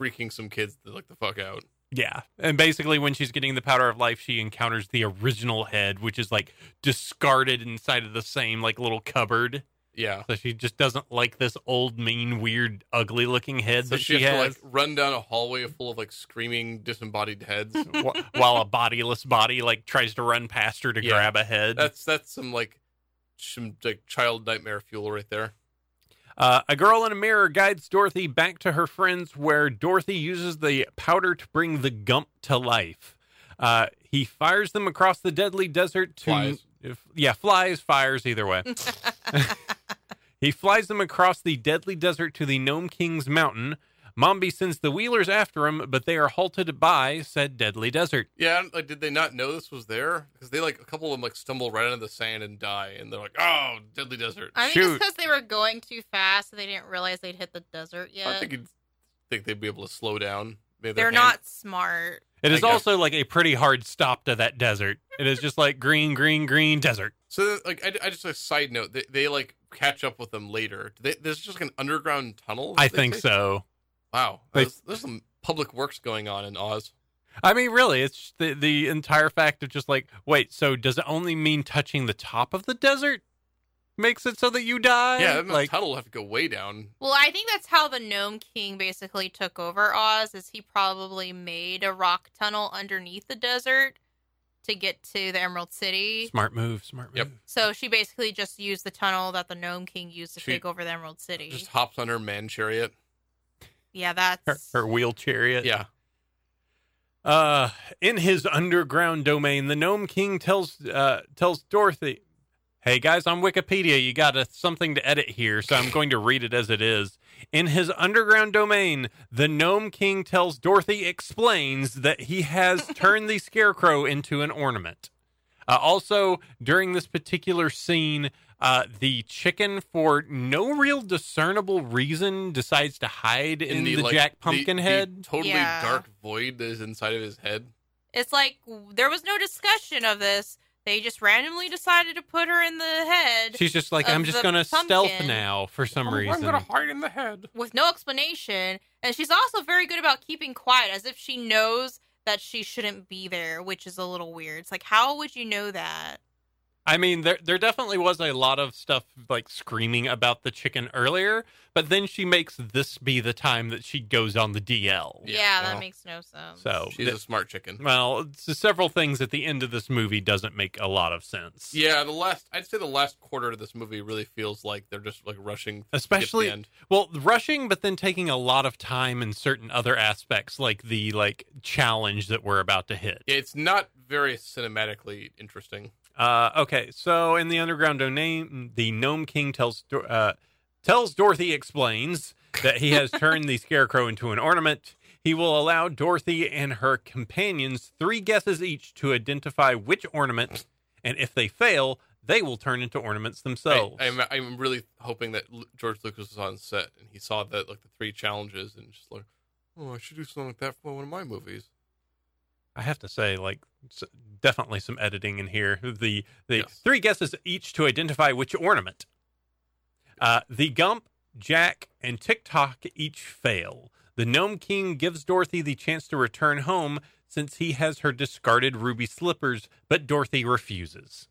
S3: freaking some kids the, like the fuck out.
S2: yeah. And basically, when she's getting the powder of life, she encounters the original head, which is like discarded inside of the same like little cupboard.
S3: Yeah.
S2: So she just doesn't like this old, mean, weird, ugly-looking head
S3: So
S2: that
S3: she,
S2: she
S3: has,
S2: has,
S3: to like run down a hallway full of like screaming disembodied
S2: [LAUGHS]
S3: heads.
S2: wh- while a bodiless body like tries to run past her to
S3: Yeah.
S2: grab a head.
S3: that's that's some like some like child nightmare fuel right there.
S2: Uh, a girl in a mirror guides Dorothy back to her friends, where Dorothy uses the powder to bring the Gump to life. Uh, he fires them across the deadly desert to.
S3: Flies.
S2: If, yeah, flies, fires, either
S3: [LAUGHS]
S2: way. he flies them across the deadly desert to the Gnome King's mountain. Mombi sends the Wheelers after him, but they are halted by said deadly desert.
S3: Yeah, and, like did they not know this was there? Because they like a couple of them like stumble right into the sand and die, and they're like, "Oh, deadly desert."
S4: I think
S2: Shoot.
S4: it's because they were going too fast and they didn't realize they'd hit the desert yet.
S3: I think you'd think they'd be able to slow down. Maybe
S4: They're
S3: their hand-
S4: not smart.
S2: It is
S3: I guess-
S2: also like a pretty hard stop to that desert. It is just like green, green, green desert.
S3: So like, I, I just a side note. They, they like catch up with them later. Do They, there's just like an underground tunnel.
S2: I
S3: they
S2: think
S3: say?
S2: so.
S3: Wow,
S2: They-
S3: there's, there's some public works going on in Oz.
S2: I mean, really, it's just the the entire fact of just like, wait, so does it only mean touching the top of the desert makes it so that you die?
S3: Yeah, that
S2: like,
S3: tunnel will have to go way down.
S4: Well, I think that's how the Gnome King basically took over Oz, is he probably made a rock tunnel underneath the desert to get to the Emerald City.
S2: smart move, smart move.
S3: Yep.
S4: So she basically just used the tunnel that the Gnome King used to
S3: She
S4: take over the Emerald City.
S3: Just hops on her man chariot.
S4: yeah, that's
S2: Her, her wheel chariot.
S3: Yeah,
S2: Uh, in his underground domain, the Gnome King tells uh, tells Dorothy, "Hey guys, on Wikipedia, you got a, something to edit here, so I'm going to read it as it is." In his underground domain, the Gnome King tells Dorothy explains that he
S3: [LAUGHS]
S2: has turned the Scarecrow into an ornament. Uh, also, during this particular scene, Uh, the chicken, for no real discernible reason, decides to hide in, the,
S3: like,
S2: Jack
S3: the-
S2: Pumpkin
S3: the
S2: head.
S3: totally
S4: Yeah.
S3: dark void that is inside of his head.
S4: It's like w- there was no discussion of this. They just randomly decided to put her in the head
S2: She's just like,
S4: of
S2: I'm just
S4: the
S2: going to stealth
S4: pumpkin.
S2: now for some
S3: Oh, I'm
S2: reason.
S3: gonna hide in the head.
S4: with no explanation. And she's also very good about keeping quiet as if she knows that she shouldn't be there, which is a little weird. It's like, how would you know that?
S2: I mean, there there definitely was a lot of stuff like screaming about the chicken earlier, but then she makes this be the time that she goes on the DL.
S3: Yeah, uh-huh.
S4: Yeah,
S3: well,
S4: that makes no sense.
S2: So,
S3: She's a
S2: th-
S3: smart chicken.
S2: well, s- several things at the end of this movie doesn't make a lot of sense.
S3: Yeah, the last I'd say the last quarter of this movie really feels like they're just like rushing, to get to the
S2: Especially-
S3: end.
S2: Well, rushing, but then taking a lot of time in certain other aspects, like the like challenge that we're about to hit.
S3: Yeah, it's not very cinematically interesting.
S2: Uh, okay, so in the underground domain, the Gnome King tells Dor- uh, tells Dorothy explains that he has turned the Scarecrow into an ornament. He will allow Dorothy and her companions three guesses each to identify which ornament, and if they fail, they will turn into ornaments themselves.
S3: I, am I'm really hoping that Lu- George Lucas was on set and he saw that like the three challenges and just like, oh, I should do something like that for one of my movies.
S2: I have to say, like, s- definitely some editing in here. The the
S3: Yes.
S2: three guesses each to identify which ornament. Uh, the Gump, Jack, and TikTok each fail. The Gnome King gives Dorothy the chance to return home since he has her discarded ruby slippers, but Dorothy refuses.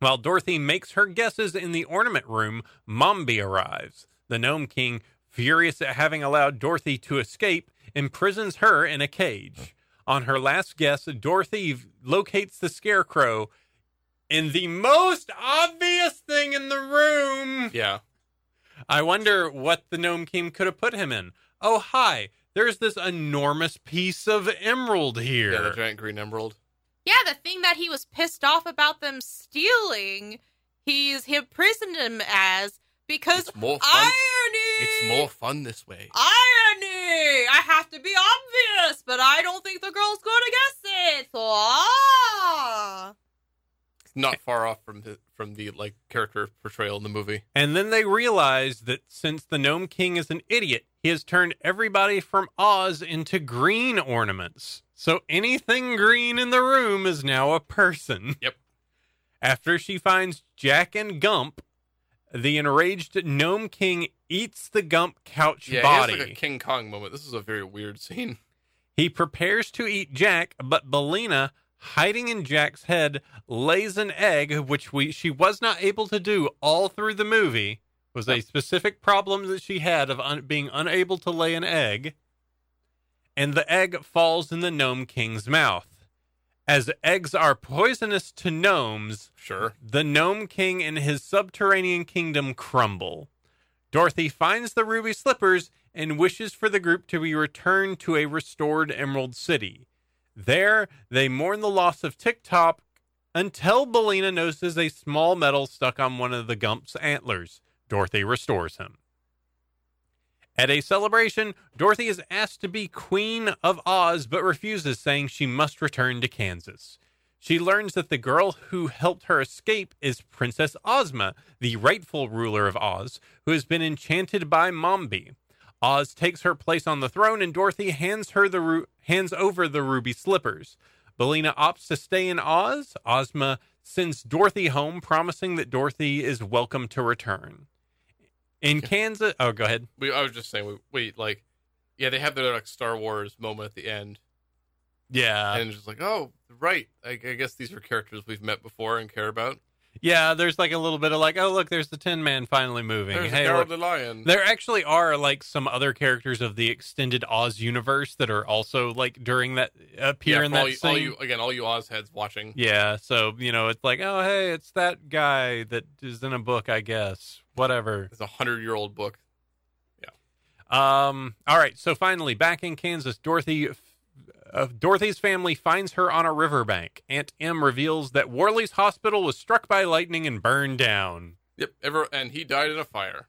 S2: While Dorothy makes her guesses in the ornament room, Mombi arrives. The Gnome King, furious at having allowed Dorothy to escape, imprisons her in a cage. On her last guess, Dorothy v- locates the scarecrow in the most obvious thing in the room.
S3: Yeah,
S2: I wonder what the Gnome King could have put him in. Oh, hi, there's this enormous piece of emerald here.
S3: yeah, the giant green emerald.
S4: Yeah, the thing that he was pissed off about them stealing, he's he imprisoned him as because
S3: It's more fun.
S4: [LAUGHS] irony.
S3: It's more fun this way.
S4: irony. I have to be obvious, but I don't think the girl's gonna guess it. So, ah.
S3: It's not far off from the from the like character portrayal in the movie.
S2: And then they realize that since the Gnome King is an idiot, he has turned everybody from Oz into green ornaments. So anything green in the room is now a person.
S3: Yep.
S2: After she finds Jack and Gump, the enraged Gnome King eats the Gump couch
S3: Yeah,
S2: body.
S3: it's like a King Kong moment. This is a very weird scene.
S2: He prepares to eat Jack, but Belina, hiding in Jack's head, lays an egg, which we she was not able to do all through the movie. Was a specific problem that she had of un, being unable to lay an egg, and the egg falls in the gnome king's mouth. As eggs are poisonous to gnomes,
S3: Sure.
S2: the Gnome King and his subterranean kingdom crumble. Dorothy finds the ruby slippers and wishes for the group to be returned to a restored Emerald City. There, they mourn the loss of Tick Top until Belina notices a small metal stuck on one of the Gump's antlers. Dorothy restores him. At a celebration, Dorothy is asked to be Queen of Oz but refuses, saying she must return to Kansas. She learns that the girl who helped her escape is Princess Ozma, the rightful ruler of Oz, who has been enchanted by Mombi. Oz takes her place on the throne, and Dorothy hands her the ru- hands over the ruby slippers. Belina opts to stay in Oz. Ozma sends Dorothy home, promising that Dorothy is welcome to return. In Kansas, oh, go ahead.
S3: We, I was just saying, we, we like, yeah, they have their like Star Wars moment at the end,
S2: Yeah,
S3: and it's just like, oh, right. I, I guess these are characters we've met before and care about.
S2: yeah. There's like a little bit of like, oh look, there's the Tin Man finally moving.
S3: There's
S2: hey,
S3: the
S2: look,
S3: Cowardly Lion.
S2: There actually are like some other characters of the extended Oz universe that are also like during that appear
S3: yeah,
S2: in
S3: for all
S2: that
S3: you,
S2: scene.
S3: all you again, all you Oz heads watching.
S2: Yeah, so you know it's like, oh hey, it's that guy that is in a book, I guess. Whatever.
S3: It's a hundred-year-old book.
S2: Um. All right. So finally, back in Kansas, Dorothy, uh, Dorothy's family finds her on a riverbank. Aunt M reveals that Warley's hospital was struck by lightning and burned down.
S3: Yep. Ever, and he died in a fire.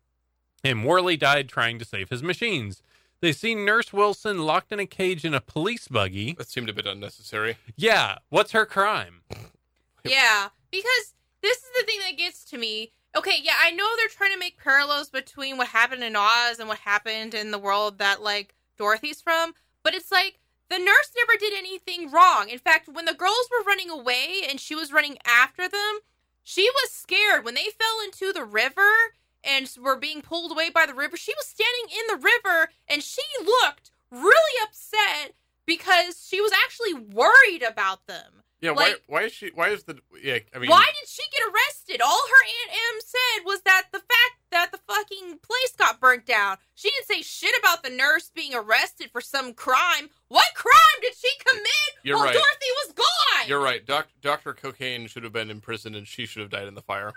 S2: and Worley died trying to save his machines. They see Nurse Wilson locked in a cage in a police buggy.
S3: That seemed a bit unnecessary.
S2: Yeah, what's her crime?
S3: Yep.
S4: Yeah, because this is the thing that gets to me Okay, yeah, I know they're trying to make parallels between what happened in Oz and what happened in the world that like Dorothy's from, but it's like the nurse never did anything wrong. In fact, when the girls were running away and she was running after them, she was scared when they fell into the river and were being pulled away by the river. She was standing in the river and she looked really upset because she was actually worried about them.
S3: Yeah,
S4: Like-
S3: why? Why is she? Why is the? Yeah, I mean,
S4: Why did she get arrested? All her Aunt M said was that the fact that the fucking place got burnt down. She didn't say shit about the nurse being arrested for some crime. What crime did she commit
S3: You're
S4: while
S3: right.
S4: Dorothy was gone?
S3: You're right. Doc, Doctor Cocaine should have been in prison, and she should have died in the fire.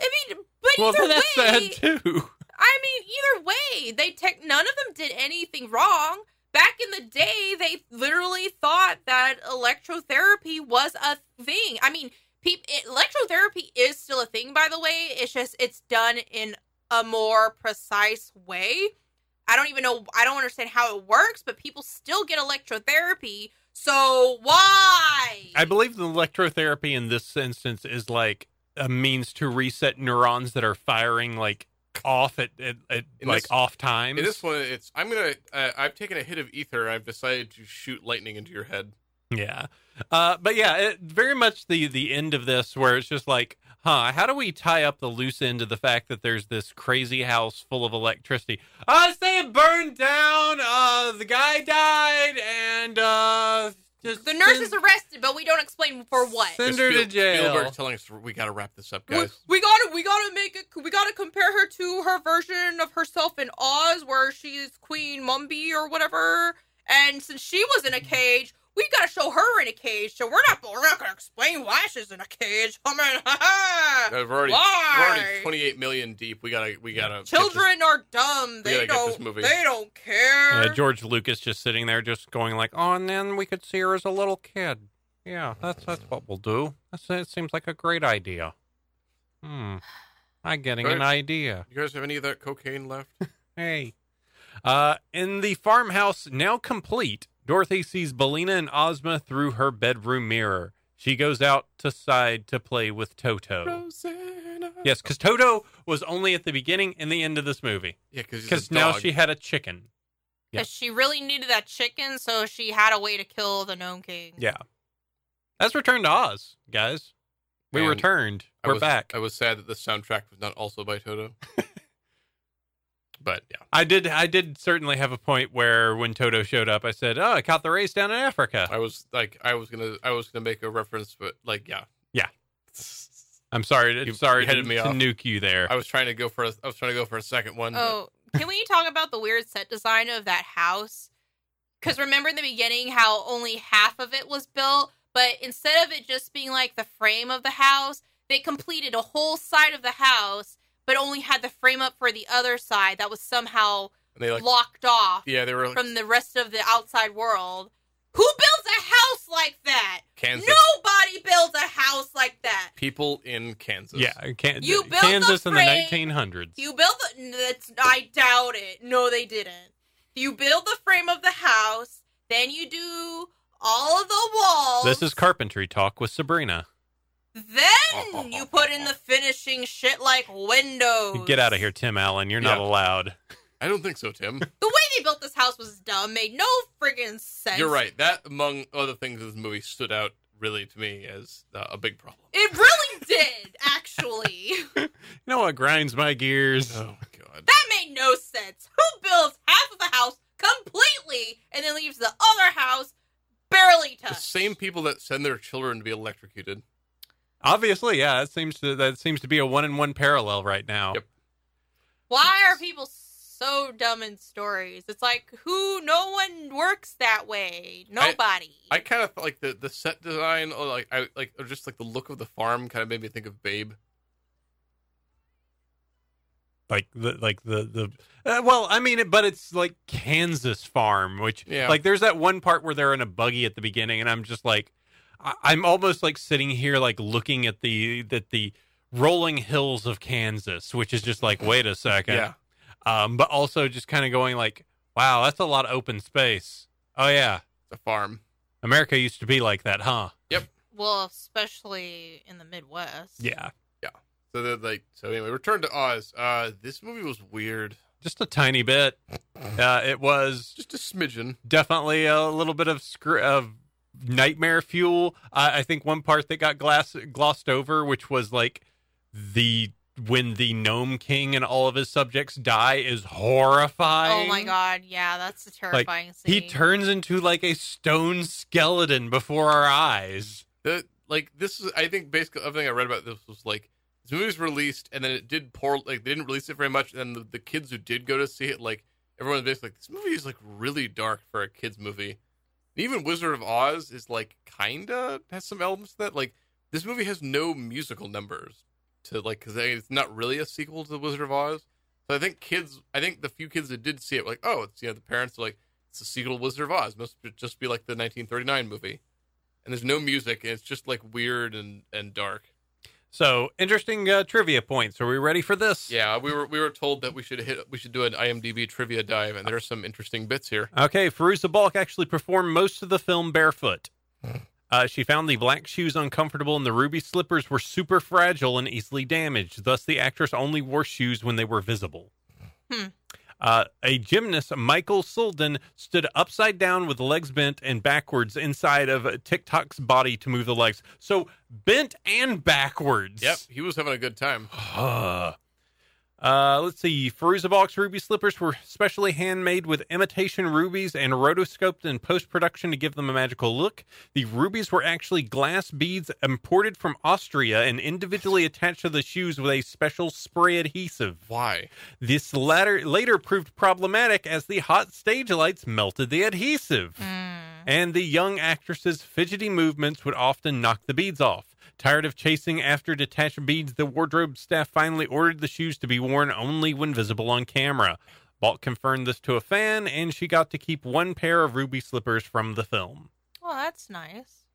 S4: I mean, but
S2: Well,
S4: either
S2: that's
S4: way,
S2: sad too.
S4: I mean, either way, they tech none of them did anything wrong. Back in the day, they literally thought that electrotherapy was a thing. I mean, peop it, electrotherapy is still a thing, by the way. It's just it's done in a more precise way. I don't even know. I don't understand how it works, but people still get electrotherapy. So why?
S2: I believe the electrotherapy in this instance is like a means to reset neurons that are firing like off at, at, at
S3: In
S2: like
S3: this-
S2: off times.
S3: In this one, it's I'm gonna. Uh, I've taken a hit of ether. I've decided to shoot lightning into your head.
S2: Yeah. Uh, but yeah, it, very much the the end of this where it's just like, huh, how do we tie up the loose end of the fact that there's this crazy house full of electricity? I say it burned down, uh the guy died and uh just
S4: the nurse
S2: send-
S4: is arrested, but we don't explain for what.
S2: Send her to
S3: Spiel-
S2: jail.
S3: Spielberg's telling us we gotta wrap this up,
S4: We,
S3: guys.
S4: we gotta we gotta make it we gotta compare her to her version of herself in Oz where she's Queen Mumby or whatever. And since she was in a
S3: Mm-hmm.
S4: cage, we gotta show her in a cage, so we're not we're not gonna explain why she's in a cage. I mean [LAUGHS] ha ha
S3: I've already, we're already
S4: why
S3: 28 million deep. We gotta, we gotta. get
S4: children are dumb.
S3: gotta
S4: They
S3: get this
S4: don't
S3: movie.
S4: they don't care.
S2: Yeah, George Lucas just sitting there, just going like, "Oh, and then we could see her as a little kid." Yeah, that's that's what we'll do. That's, that seems like a great idea. Hmm, I'm getting an
S3: Right.
S2: idea.
S3: This, you guys have any of that cocaine left?
S2: Hey. Uh, in the farmhouse, now complete, Dorothy sees Belina and Ozma through her bedroom mirror. She goes out to side to play with Toto.
S3: Rosanna.
S2: Yes, because Toto was only at the beginning and the end of this movie.
S3: yeah, because
S2: Because now she had a chicken. yeah.
S4: 'Cause she really needed that chicken, so she had a way to kill the gnome king.
S2: Yeah. That's Return to Oz, guys. We
S3: Man,
S2: returned.
S3: I
S2: We're
S3: was-
S2: back.
S3: I was sad that the soundtrack was not also by
S2: [LAUGHS]
S3: Toto. but yeah,
S2: I did. I did certainly have a point where when Toto showed up, I said, "Oh, I caught the race down in Africa."
S3: [LAUGHS] I was like, I was gonna, I was gonna make a reference, but like, yeah,
S2: Yeah. I'm sorry.
S3: You-
S2: sorry
S3: you headed
S2: to,
S3: me
S2: to
S3: off.
S2: nuke you there.
S3: I was trying to go for, a, I was trying to go for a second one. but-
S4: Oh, can we talk about the weird set design of that house? Because remember in the beginning how only half of it was built, but instead of it just being like the frame of the house, they completed a whole side of the house, but only had the frame up for the other side that was somehow
S3: and they like,
S4: blocked off
S3: yeah, they were like,
S4: from the rest of the outside world. Who builds a house like that?
S3: Kansas
S4: Nobody builds a house like that.
S3: people in Kansas.
S2: Yeah, Kan-
S4: You built
S2: Kansas
S4: the
S2: in the
S4: frame.
S2: 1900s.
S4: You build the. That's, I doubt it. No, they didn't. You build the frame of the house, then you do all of the walls.
S2: This is carpentry talk with Sabrina.
S4: Then you put in the finishing shit like windows.
S2: Get out of here, Tim Allen. You're not
S3: Yeah.
S2: allowed.
S3: I don't think so, Tim.
S4: The way they built this house was dumb. Made no friggin' sense.
S3: You're right. That, among other things, in this movie stood out really to me as uh, a big problem.
S4: It really [LAUGHS] did, actually.
S2: You know what grinds my gears?
S3: Oh my god.
S4: that made no sense. Who builds half of the house completely and then leaves the other house barely
S3: The
S4: touched?
S3: same people that send their children to be electrocuted.
S2: Obviously, yeah. That seems to that seems to be a one in one parallel right now.
S3: Yep.
S4: Why are people so dumb in stories? It's like who? No one works that way. Nobody.
S3: I kind of like the the set design, or like I like, or just like the look of the farm, kind of made me think of Babe.
S2: Like the like the the uh, well, I mean, but it's like Kansas farm, which
S3: Yeah.
S2: like there's that one part where they're in a buggy at the beginning, and I'm just like, I, I'm almost like sitting here like looking at the that the rolling hills of Kansas, which is just like,
S3: [LAUGHS]
S2: wait a second,
S3: Yeah.
S2: um, but also just kind of going like, wow, that's a lot of open space. Oh yeah,
S3: The farm.
S2: America used to be like that, huh?
S4: well, especially in the Midwest.
S2: Yeah,
S3: It's So they're like, so anyway, Return to Oz. Uh, this movie was weird,
S2: Just a tiny bit. Uh, it was
S3: just a smidgen.
S2: definitely a little bit of scr- of nightmare fuel. I I think one part that got glass- glossed over, which was like the when the gnome king and all of his subjects die, is horrifying.
S4: oh my god, yeah, that's a terrifying scene.
S2: He turns into like a stone skeleton before our eyes.
S3: The like this is, I think, basically everything I read about this was like this movie was released and then it did poor. Like they didn't release it very much, and then the, the kids who did go to see it, like everyone was basically like, this movie is like really dark for a kids movie. Even Wizard of Oz is like kinda has some elements to that. Like this movie has no musical numbers to like because it's not really a sequel to the Wizard of Oz. So I think kids, I think the few kids that did see it, were like, oh, it's you know the parents are like, it's a sequel to Wizard of Oz. Must just be like the 1939 movie, and there's no music, and it's just like weird and and dark.
S2: So interesting uh, trivia points. Are we ready for this?
S3: Yeah, we were we were told that we should hit we should do an IMDb trivia dive, and there are some interesting bits here.
S2: Okay, Feruza Balk actually performed most of the film barefoot. Uh, she found the black shoes uncomfortable and the ruby slippers were super fragile and easily damaged. Thus, the actress only wore shoes when they were visible.
S4: Hmm.
S2: Uh, a gymnast, Michael Sulden, stood upside down with legs bent and backwards inside of TikTok's body to move the legs. So, bent and backwards.
S3: Yep, he was having a good time.
S2: Huh. Uh, let's see. Feruza Balk's ruby slippers were specially handmade with imitation rubies and rotoscoped in post production to give them a magical look. The rubies were actually glass beads imported from Austria and individually attached to the shoes with a special spray adhesive.
S3: Why?
S2: This latter later proved problematic as the hot stage lights melted the adhesive
S4: Mm.
S2: and the young actress's fidgety movements would often knock the beads off. Tired of chasing after detached beads, the wardrobe staff finally ordered the shoes to be worn only when visible on camera. Balk confirmed this to a fan, and she got to keep one pair of ruby slippers from the film.
S4: Well, that's nice.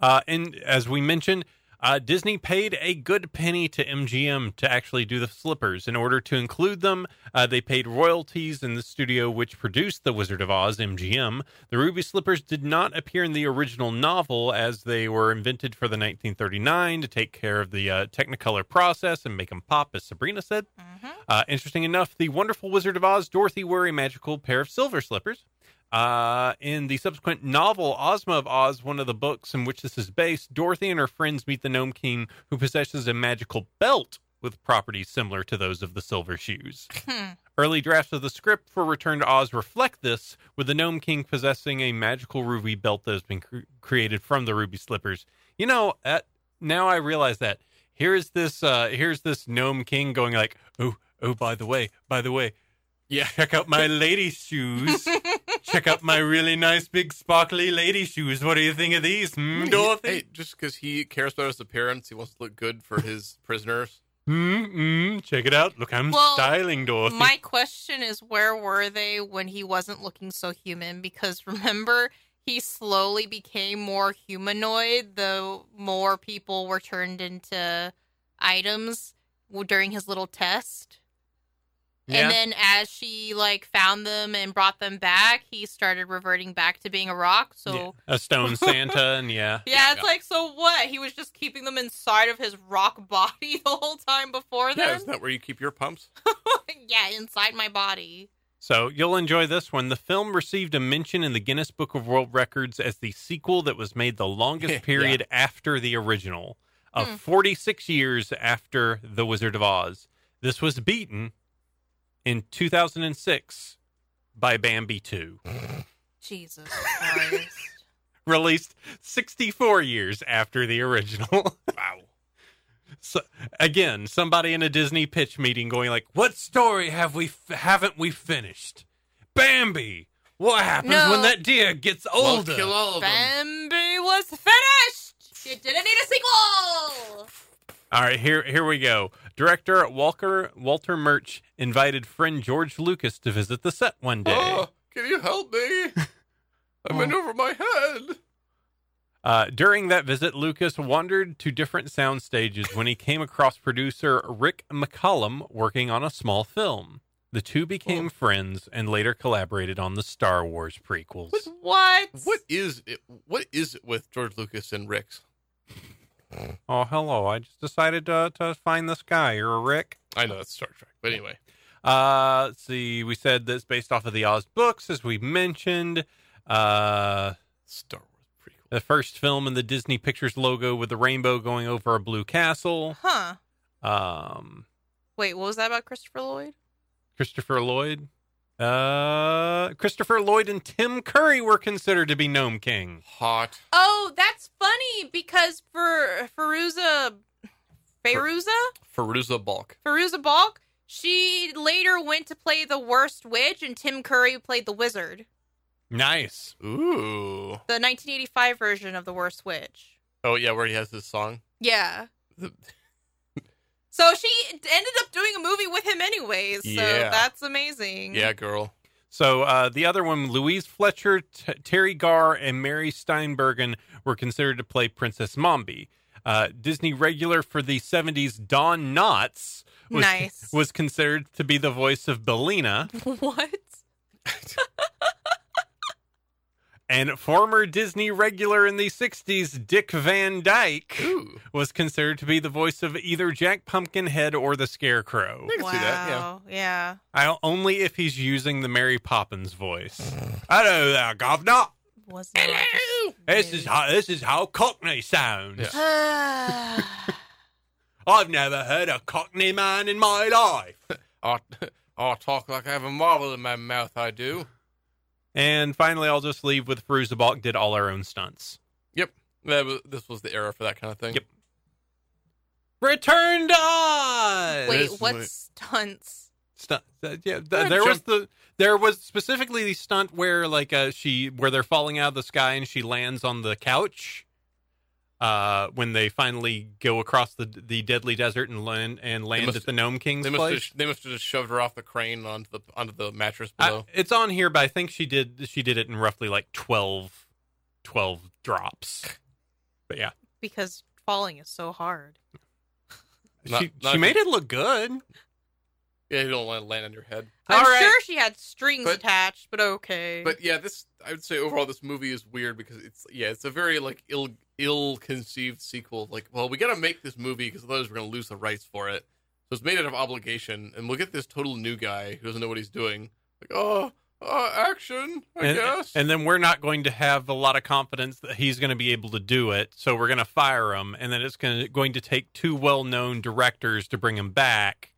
S2: Uh, and as we mentioned, uh, Disney paid a good penny to MGM to actually do the slippers. In order to include them, uh, they paid royalties in the studio which produced The Wizard of Oz, MGM. The ruby slippers did not appear in the original novel as they were invented for the 1939 to take care of the uh, Technicolor process and make them pop, as Sabrina said.
S4: hmm
S2: Uh, interesting enough, the wonderful Wizard of Oz, Dorothy wore a magical pair of silver slippers. Uh, in the subsequent novel, Ozma of Oz, one of the books in which this is based, Dorothy and her friends meet the Gnome King, who possesses a magical belt with properties similar to those of the silver shoes.
S4: Hmm.
S2: Early drafts of the script for Return to Oz reflect this, with the Gnome King possessing a magical ruby belt that has been cr- created from the ruby slippers. You know, uh, now I realize that here's this uh, here's this Gnome King going like, oh oh, by the way, by the way,
S3: Yeah,
S2: check out my lady shoes. check out my really nice big sparkly lady shoes. What do you think of these, hmm, Dorothy? [LAUGHS]
S3: Hey, just because he cares about his appearance, he wants to look good for his prisoners.
S2: Hmm, hmm, check it out. Look, I'm
S4: Well,
S2: styling Dorothy.
S4: Hmm. My question is where were they when he wasn't looking so human? Because [LAUGHS] remember, he slowly became more humanoid the more people were turned into items w- during his little test.
S2: Yeah.
S4: And then as she like found them and brought them back, he started reverting back to being a rock. So
S2: Yeah. a stone Santa, and yeah.
S4: Yeah,
S3: Yeah,
S4: it's
S3: yeah.
S4: like so what? He was just keeping them inside of his rock body [LAUGHS] the whole time before
S3: Yeah,
S4: then.
S3: isn't that where you keep your pumps?
S4: [LAUGHS] Yeah, inside my body.
S2: So you'll enjoy this one. The film received a mention in the Guinness Book of World Records as the sequel that was made the
S3: Yeah.
S2: longest period after the original, of
S4: Hmm.
S2: 46 years after The Wizard of Oz. This was beaten in 2006 by Bambi 2,
S4: Jesus Christ.
S2: [LAUGHS] released 64 years after the original. [LAUGHS]
S3: Wow.
S2: So, again, somebody in a Disney pitch meeting going like, "What story have we f- haven't we finished? Bambi. What happens
S4: No.
S2: when that deer gets older?"
S3: Well, kill all of them.
S4: Bambi was finished. You didn't need a sequel.
S2: All right, here here we go. Director Walker Walter Murch invited friend George Lucas to visit the set one day.
S3: Oh, can you help me? I'm in over my head.
S2: Uh, during that visit, Lucas wandered to different sound stages when he came across producer Rick McCollum working on a small film. The two became
S3: Oh.
S2: friends and later collaborated on the Star Wars prequels.
S4: What?
S3: What is it? What is it with George Lucas and Rick's?
S2: Oh, hello. I just decided to, to find this guy. You're a Rick.
S3: I know that's Star Trek, but anyway,
S2: Uh, let's see. We said that's based off of the Oz books, as we mentioned. Uh,
S3: Star Wars prequel.
S2: the first film in the Disney Pictures logo with the rainbow going over a blue castle.
S4: Huh.
S2: Um,
S4: Wait, what was that about Christopher Lloyd?
S2: Christopher Lloyd. Uh, Christopher Lloyd and Tim Curry were considered to be Gnome King.
S3: Hot.
S4: Oh, that's funny because for Feruza, Feruza,
S3: Feruza Balk.
S4: Feruza Balk, she later went to play the worst witch, and Tim Curry played the wizard.
S2: Nice.
S3: Ooh.
S4: The 1985 version of the worst witch.
S3: Oh yeah, where he has this song.
S4: Yeah.
S3: The-
S4: [LAUGHS] So she ended up doing a movie with him anyways. So
S3: Yeah.
S4: that's amazing.
S3: Yeah, girl.
S2: So uh, the other one, Louise Fletcher, T- Terry Garr, and Mary Steinbergen were considered to play Princess Mombi. Uh, Disney regular for the 70s, Don Knotts, was,
S4: [LAUGHS]
S3: [LAUGHS]
S4: Nice.
S2: was considered to be the voice of Belina.
S4: [LAUGHS] What?
S2: And former Disney regular in the 60s, Dick Van Dyke,
S3: Ooh.
S2: was considered to be the voice of either Jack Pumpkinhead or the Scarecrow.
S3: I can see that, yeah.
S4: Wow. Yeah.
S2: I, only if he's using the Mary Poppins voice. Hello there, governor.
S4: Was
S2: This is how this is how Cockney sounds.
S3: Yeah.
S2: I've never heard a Cockney man in my life.
S3: [LAUGHS] I I talk like I have a marble in my mouth. I do.
S2: And finally, I'll just leave with Feruza Balk did all our own stunts.
S3: That was, this was the era for that kind of thing.
S2: Yep. Return to Oz.
S4: [SIGHS] Wait,
S3: This
S4: what
S3: might-
S4: stunts?
S2: stunt. that- yeah, th-
S3: Yeah,
S2: there was
S3: jump-
S2: the there was specifically the stunt where like uh, she where they're falling out of the sky and she lands on the couch. Uh, when they finally go across the the deadly desert and land and land
S3: must-
S2: at the Gnome King's
S3: They must, have,
S2: place.
S3: they must have just shoved her off the crane onto the onto the mattress
S2: I,
S3: below.
S2: it's on here, but I think she did she did it in roughly like 12, 12 drops. But yeah,
S4: Because falling is so hard.
S3: Not-
S2: she,
S3: not
S2: she
S3: if
S2: made it look good.
S3: yeah, you don't want to land on your head.
S4: I'm
S2: All right.
S4: sure she had strings
S3: But-
S4: attached, but okay.
S3: But yeah, this I would say overall this movie is weird because it's yeah it's a very like ill ill conceived sequel. Like, well, we got to make this movie because otherwise we're gonna lose the rights for it. So it's made out of obligation. And look at this total new guy who doesn't know what he's doing. Like, oh, oh action, I
S2: and,
S3: guess.
S2: and then we're not going to have a lot of confidence that he's going to be able to do it. So we're going to fire him, and then it's going to, going to take two well-known directors to bring him back.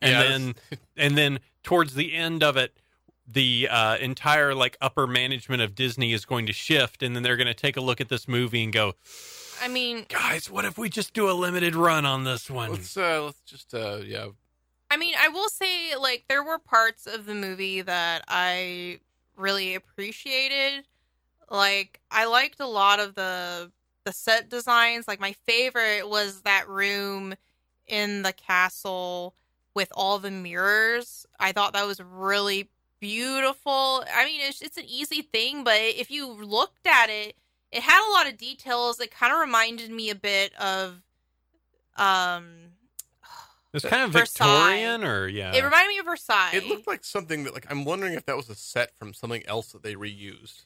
S2: And
S3: Yeah,
S2: then,
S3: [LAUGHS]
S2: and then towards the end of it, the uh, entire like upper management of Disney is going to shift, and then they're going to take a look at this movie and go,
S4: I mean,
S2: "Guys, what if we just do a limited run on this one?"
S3: let's uh let's just uh yeah
S4: I mean, I will say like there were parts of the movie that I really appreciated. Like I liked a lot of the the set designs. Like my favorite was that room in the castle with all the mirrors. I thought that was really beautiful. I mean, it's it's an easy thing, but if you looked at it, it had a lot of details. It kind of reminded me a bit of um
S2: it's kind of
S4: Versailles.
S2: Victorian, or yeah,
S4: it reminded me of Versailles.
S3: It looked like something that, like, I'm wondering if that was a set from something else that they reused.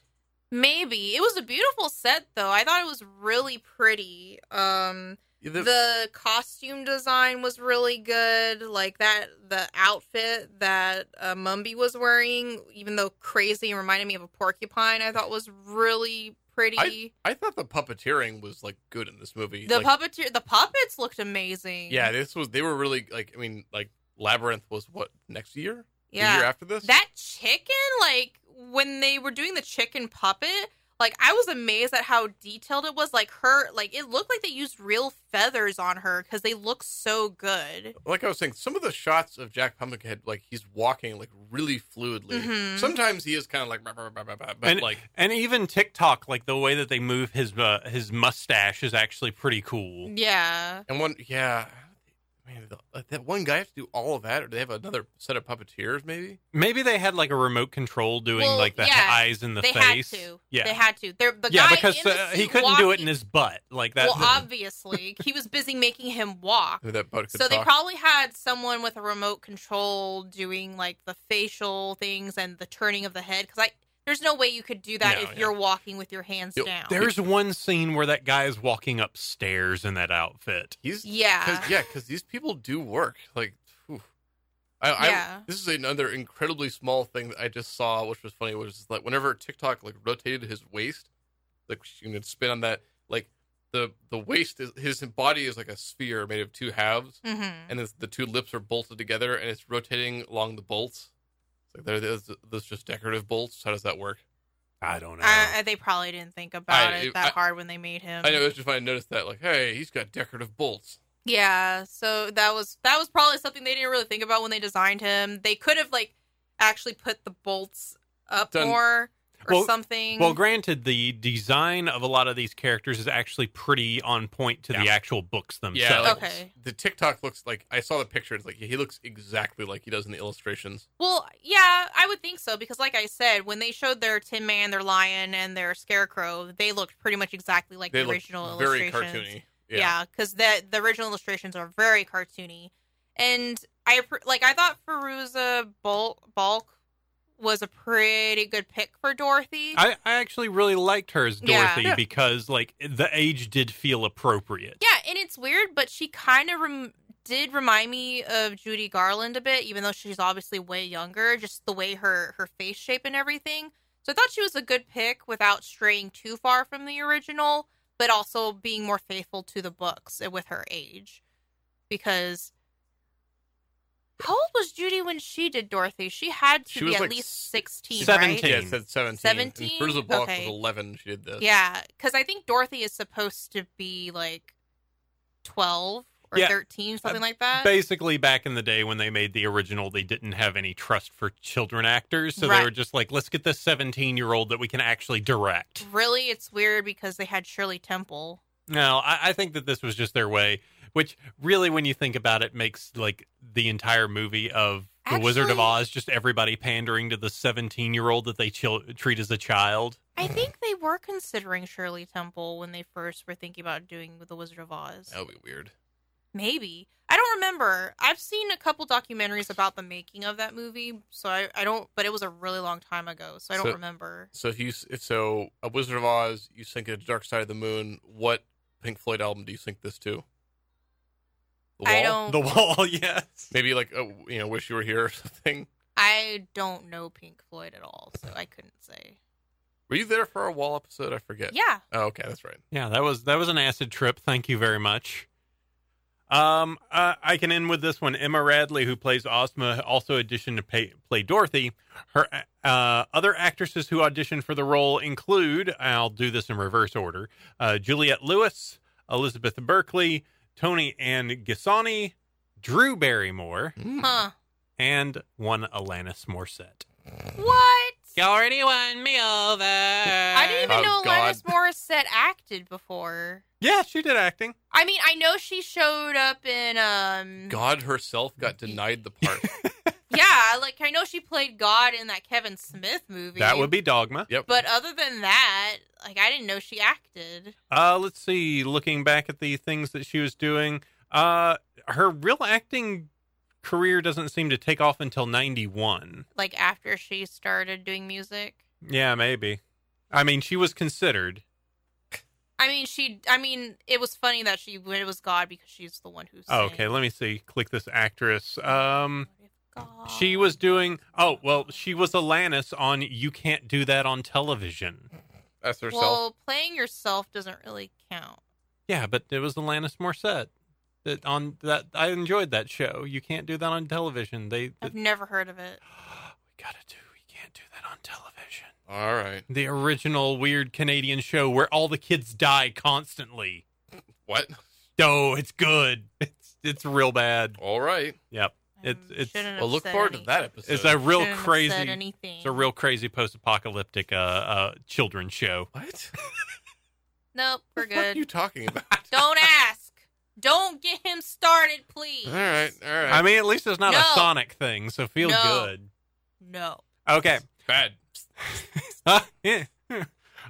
S4: Maybe it was a beautiful set, though. I thought it was really pretty. Um,
S3: The,
S4: the costume design was really good. Like that, the outfit that uh, Mumby was wearing, even though crazy and reminded me of a porcupine, I thought was really pretty.
S3: I thought the puppeteering was like good in this movie.
S4: the
S3: Like,
S4: puppeteer, the puppets looked amazing.
S3: yeah, this was they were really like. I mean, like Labyrinth was what next year? the
S4: yeah.
S3: year after this.
S4: That chicken, like when they were doing the chicken puppet, like I was amazed at how detailed it was. Like her, like it looked like they used real feathers on her because they look so good.
S3: like I was saying, some of the shots of Jack Pumpkinhead, like he's walking like really fluidly.
S4: Mhm.
S3: Sometimes he is kind of like, "Bah, bah, bah, bah, bah," but
S2: And-
S3: like
S2: and even TikTok, like the way that they move his uh, his mustache is actually pretty cool.
S4: Yeah,
S3: and one, yeah, man, the, like, that one guy have to do all of that, or do they have another set of puppeteers? Maybe
S2: Maybe they had like a remote control doing
S4: Well,
S2: like the
S4: yeah,
S2: eyes in the
S4: they
S2: face.
S4: had to.
S2: Yeah,
S4: they had to. They're, the
S2: yeah,
S4: guy
S2: because
S4: in the
S2: uh, he
S4: suit
S2: couldn't do it in
S4: walking- [LAUGHS]
S2: his butt like that.
S4: Well, obviously, he was busy making him
S2: [LAUGHS]
S4: walk.
S3: Maybe that boat could
S4: So they
S3: talk.
S4: probably had someone with a remote control doing like the facial things and the turning of the head because I There's no way you could do that
S2: No,
S4: if
S2: yeah.
S4: you're walking with your hands
S3: Yo,
S4: down.
S2: There's one scene where that guy is walking upstairs in that outfit.
S3: He's
S4: yeah.
S3: Cause, yeah, because these people do work. Like, whew. I, I
S4: Yeah.
S3: this is another incredibly small thing that I just saw, which was funny. Was like whenever TikTok like rotated his waist, like you can spin on that. Like the the waist is his body is like a sphere made of two halves,
S4: Mm-hmm.
S3: and it's, the two lips are bolted together, and it's rotating along the bolts. It's like there, there's those just decorative bolts. How does that work?
S2: I don't know.
S4: I, I- they probably didn't think about
S3: I-
S4: it that
S3: I-
S4: hard when they made him.
S3: I know it's just funny. I noticed that. Like, hey, he's got decorative bolts.
S4: Yeah, so that was that was probably something they didn't really think about when they designed him. They could have like actually put the bolts up
S3: Done-
S4: more or
S2: Well-
S4: something.
S2: well, granted, the design of a lot of these characters is actually pretty on point to the
S3: Yeah.
S2: actual books themselves.
S3: Yeah. like,
S4: Okay.
S3: The TikTok looks like I saw the picture. It's like he looks exactly like he does in the illustrations.
S4: Well, yeah, I would think so because, like I said, when they showed their Tin Man, their Lion, and their Scarecrow, they looked pretty much exactly like
S3: They
S4: the
S3: look
S4: original
S3: very
S4: illustrations.
S3: cartoony. Yeah.
S4: Yeah, because the the original illustrations are very cartoony, and I appr- like I thought Feruza Bulk, Bulk was a pretty good pick for Dorothy.
S2: I, I actually really liked her as
S4: Yeah.
S2: Dorothy
S3: Yeah.
S2: because like the age did feel appropriate.
S4: Yeah, and it's weird, but she kind of rem- did remind me of Judy Garland a bit, even though she's obviously way younger. Just the way her her face shape and everything. So I thought she was a good pick without straying too far from the original, but also being more faithful to the books and with her age. Because how old was Judy when she did Dorothy? She had to
S3: She
S4: be
S3: was
S4: at
S3: like
S4: least
S3: s-
S4: sixteen, right?
S2: Seventeen.
S3: Yeah, it said 17.
S4: 17?
S3: And Fruza Balk
S4: Okay.
S3: was 11. She did this.
S4: Yeah, because I think Dorothy is supposed to be like twelve or
S2: Yeah.
S4: thirteen, something like that.
S2: Basically, back in the day when they made the original, they didn't have any trust for children actors, so they
S4: Right.
S2: were just like, "Let's get this seventeen-year-old that we can actually direct."
S4: really, it's weird because they had Shirley Temple.
S2: No, I, I think that this was just their way, which really, when you think about it, makes like the entire movie of The Wizard of
S4: Actually-
S2: Oz just everybody pandering to the 17 year old that they chil- treat as a child.
S4: I think they were considering Shirley Temple when they first were thinking about doing The Wizard of Oz.
S3: That would be weird.
S4: Maybe. I don't remember. I've seen a couple documentaries about the making of that movie, so I, I don't, but it was a really long time ago, so I don't
S3: So-
S4: remember.
S3: So if you s- if so, a Wizard of Oz, you sink into the Dark Side of the Moon. What Pink Floyd album do you sink this to? The
S4: I don't,
S2: The wall, [LAUGHS] yes.
S3: Maybe like uh you know, Wish You Were Here or [LAUGHS] something.
S4: I don't know Pink Floyd at all, so I couldn't say.
S3: Were you there for our Wall episode? I forget.
S4: Yeah.
S3: Oh, okay, that's right.
S2: Yeah, that was that was an acid trip. Thank you very much. Um, uh, I can end with this one. Emma Radley, who plays Ozma, also auditioned to pay, play Dorothy. Her uh, other actresses who auditioned for the role include I'll do this in reverse order: uh, Juliette Lewis, Elizabeth Berkley, Tony Ann Gisani, Drew Barrymore,
S4: Huh.
S2: and one Alanis Morissette.
S4: What?
S2: You already won me over.
S4: I didn't even
S3: Oh,
S4: know
S3: God.
S4: Alanis Morissette acted before.
S2: Yeah, she did acting.
S4: I mean, I know she showed up in um
S3: God herself got denied the
S4: [LAUGHS]
S3: part.
S4: yeah, like I know she played God in that Kevin Smith movie.
S2: That would be Dogma.
S3: yep.
S4: But other than that, like I didn't know she acted.
S2: Uh, let's see. Looking back at the things that she was doing, uh, her real acting career doesn't seem to take off until '91.
S4: Like after she started doing music.
S2: Yeah, maybe. I mean, she was considered.
S4: I mean, she I mean, it was funny that she it was God because she's the one who sang.
S2: Oh, okay, let me see. Click this actress. Um,
S4: God.
S2: she was doing. Oh, well, she was Alanis on "You Can't Do That on Television."
S3: that's herself.
S4: Well, playing yourself doesn't really count.
S2: Yeah, but it was Alanis Morissette. That on that I enjoyed that show. You can't do that on television. They
S4: I've never heard of it.
S2: [GASPS] we gotta do. We can't do that on television.
S3: All right.
S2: the original weird Canadian show where all the kids die constantly.
S3: What?
S2: Oh, it's good. [LAUGHS] It's it's real bad.
S3: All right.
S2: Yep.
S4: I
S2: It's- it's-
S4: Um, shouldn't have
S3: Well, look
S4: said
S3: forward
S4: anything.
S3: to that episode.
S2: It's a real
S4: Shouldn't have said
S2: crazy.
S4: anything.
S2: It's a real crazy post-apocalyptic uh, uh children's show.
S3: what?
S4: Nope, we're
S3: [LAUGHS] What are you
S4: good.
S3: talking about?
S4: Don't ask. Don't get him started, please.
S3: all right. All right.
S2: I mean, at least it's not a
S4: No.
S2: Sonic thing, so feel
S4: No.
S2: good.
S4: No.
S2: Okay. [LAUGHS]
S3: bad.
S2: Yeah.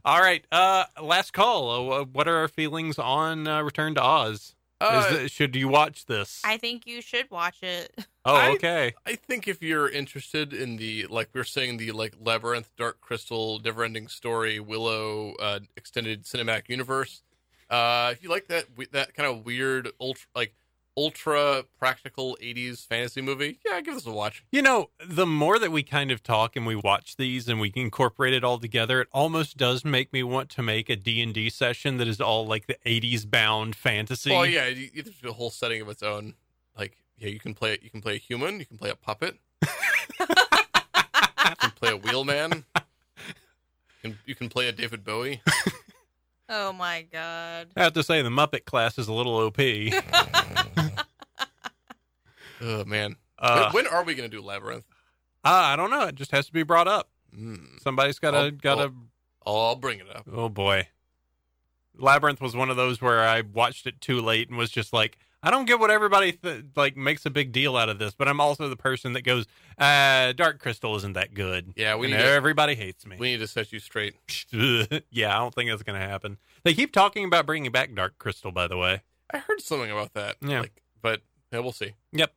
S2: all right. Uh, last call. Uh, wha- what are our feelings on uh, Return to Oz?
S3: Uh,
S2: Is it- should you watch this?
S4: I think you should watch it. [LAUGHS]
S2: oh,
S3: I-
S2: okay.
S3: I think if you're interested in the like we were saying the like labyrinth, dark crystal, never ending story, Willow uh, extended cinematic universe, uh, if you like that we- that kind of weird ultra like ultra practical '80s fantasy movie, yeah, give this a watch.
S2: You know, the more that we kind of talk and we watch these and we incorporate it all together, it almost does make me want to make a D&D session that is all like the 80s bound fantasy.
S3: well, yeah, it, it, there's a whole setting of its own. Like, yeah, you can play you can play a human, you can play a puppet, you can play a wheelman, you can, you can play a David Bowie.
S4: oh my god.
S2: I have to say the Muppet class is a little OP.
S3: [LAUGHS] Oh man,
S2: Uh,
S3: when, when are we gonna do labyrinth?
S2: I I don't know, it just has to be brought up.
S3: Mm.
S2: Somebody's got to
S3: Oh,
S2: got to
S3: I'll bring it up.
S2: Oh boy. Labyrinth was one of those where I watched it too late and was just like, I don't get what everybody th- like makes a big deal out of this, but I'm also the person that goes, uh, Dark Crystal isn't that good.
S3: Yeah, we
S2: and
S3: need to-
S2: everybody hates me.
S3: We need to set you straight.
S2: [LAUGHS] yeah, I don't think that's going to happen. They keep talking about bringing back Dark Crystal, by the way.
S3: I heard something about that.
S2: Yeah.
S3: Like, but yeah, we'll see.
S2: Yep.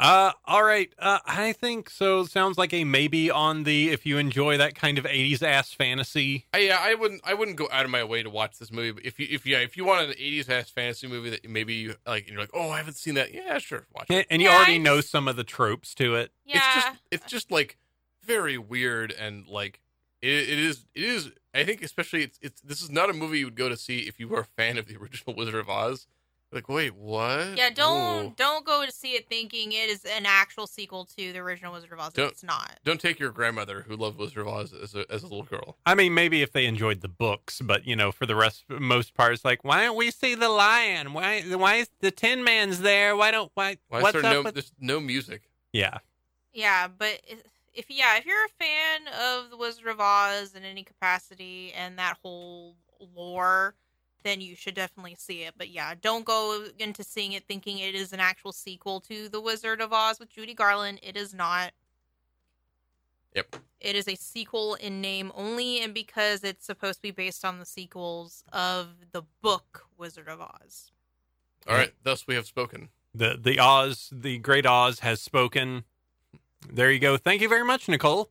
S2: Uh, all right. Uh, I think so. Sounds like a maybe on the if you enjoy that kind of 80s ass fantasy.
S3: I, yeah, I wouldn't. I wouldn't go out of my way to watch this movie. But if you, if yeah, if you want an '80s ass fantasy movie that maybe you like, and you're like, oh, I haven't seen that. Yeah, sure, watch it.
S2: And and you
S4: Yeah, I
S2: already know
S4: just-
S2: some of the tropes to it.
S4: Yeah.
S3: It's just, it's just like very weird and like it, it is. It is. I think especially it's. It's. This is not a movie you would go to see if you were a fan of the [LAUGHS] original Wizard of Oz. Like, wait, what?
S4: yeah, don't
S3: Ooh.
S4: don't go to see it thinking it is an actual sequel to the original Wizard of Oz.
S3: Don't-
S4: It's not.
S3: don't take your grandmother who loved Wizard of Oz as a, as a little girl.
S2: I mean, maybe if they enjoyed the books, but you know, for the rest, most part, it's like, why don't we see the lion? Why, why is the Tin Man's there? Why don't why?
S3: Why
S2: what's
S3: is
S2: up
S3: there no?
S2: with?
S3: There's no music.
S2: Yeah,
S4: Yeah, but if- if yeah, if you're a fan of the Wizard of Oz in any capacity and that whole lore, then you should definitely see it. But yeah, don't go into seeing it thinking it is an actual sequel to The Wizard of Oz with Judy Garland. It is not.
S3: Yep.
S4: It is a sequel in name only and because it's supposed to be based on the sequels of the book Wizard of Oz.
S3: All right, thus we have spoken.
S2: the the Oz, the Great Oz, has spoken. There you go. Thank you very much, Nicole,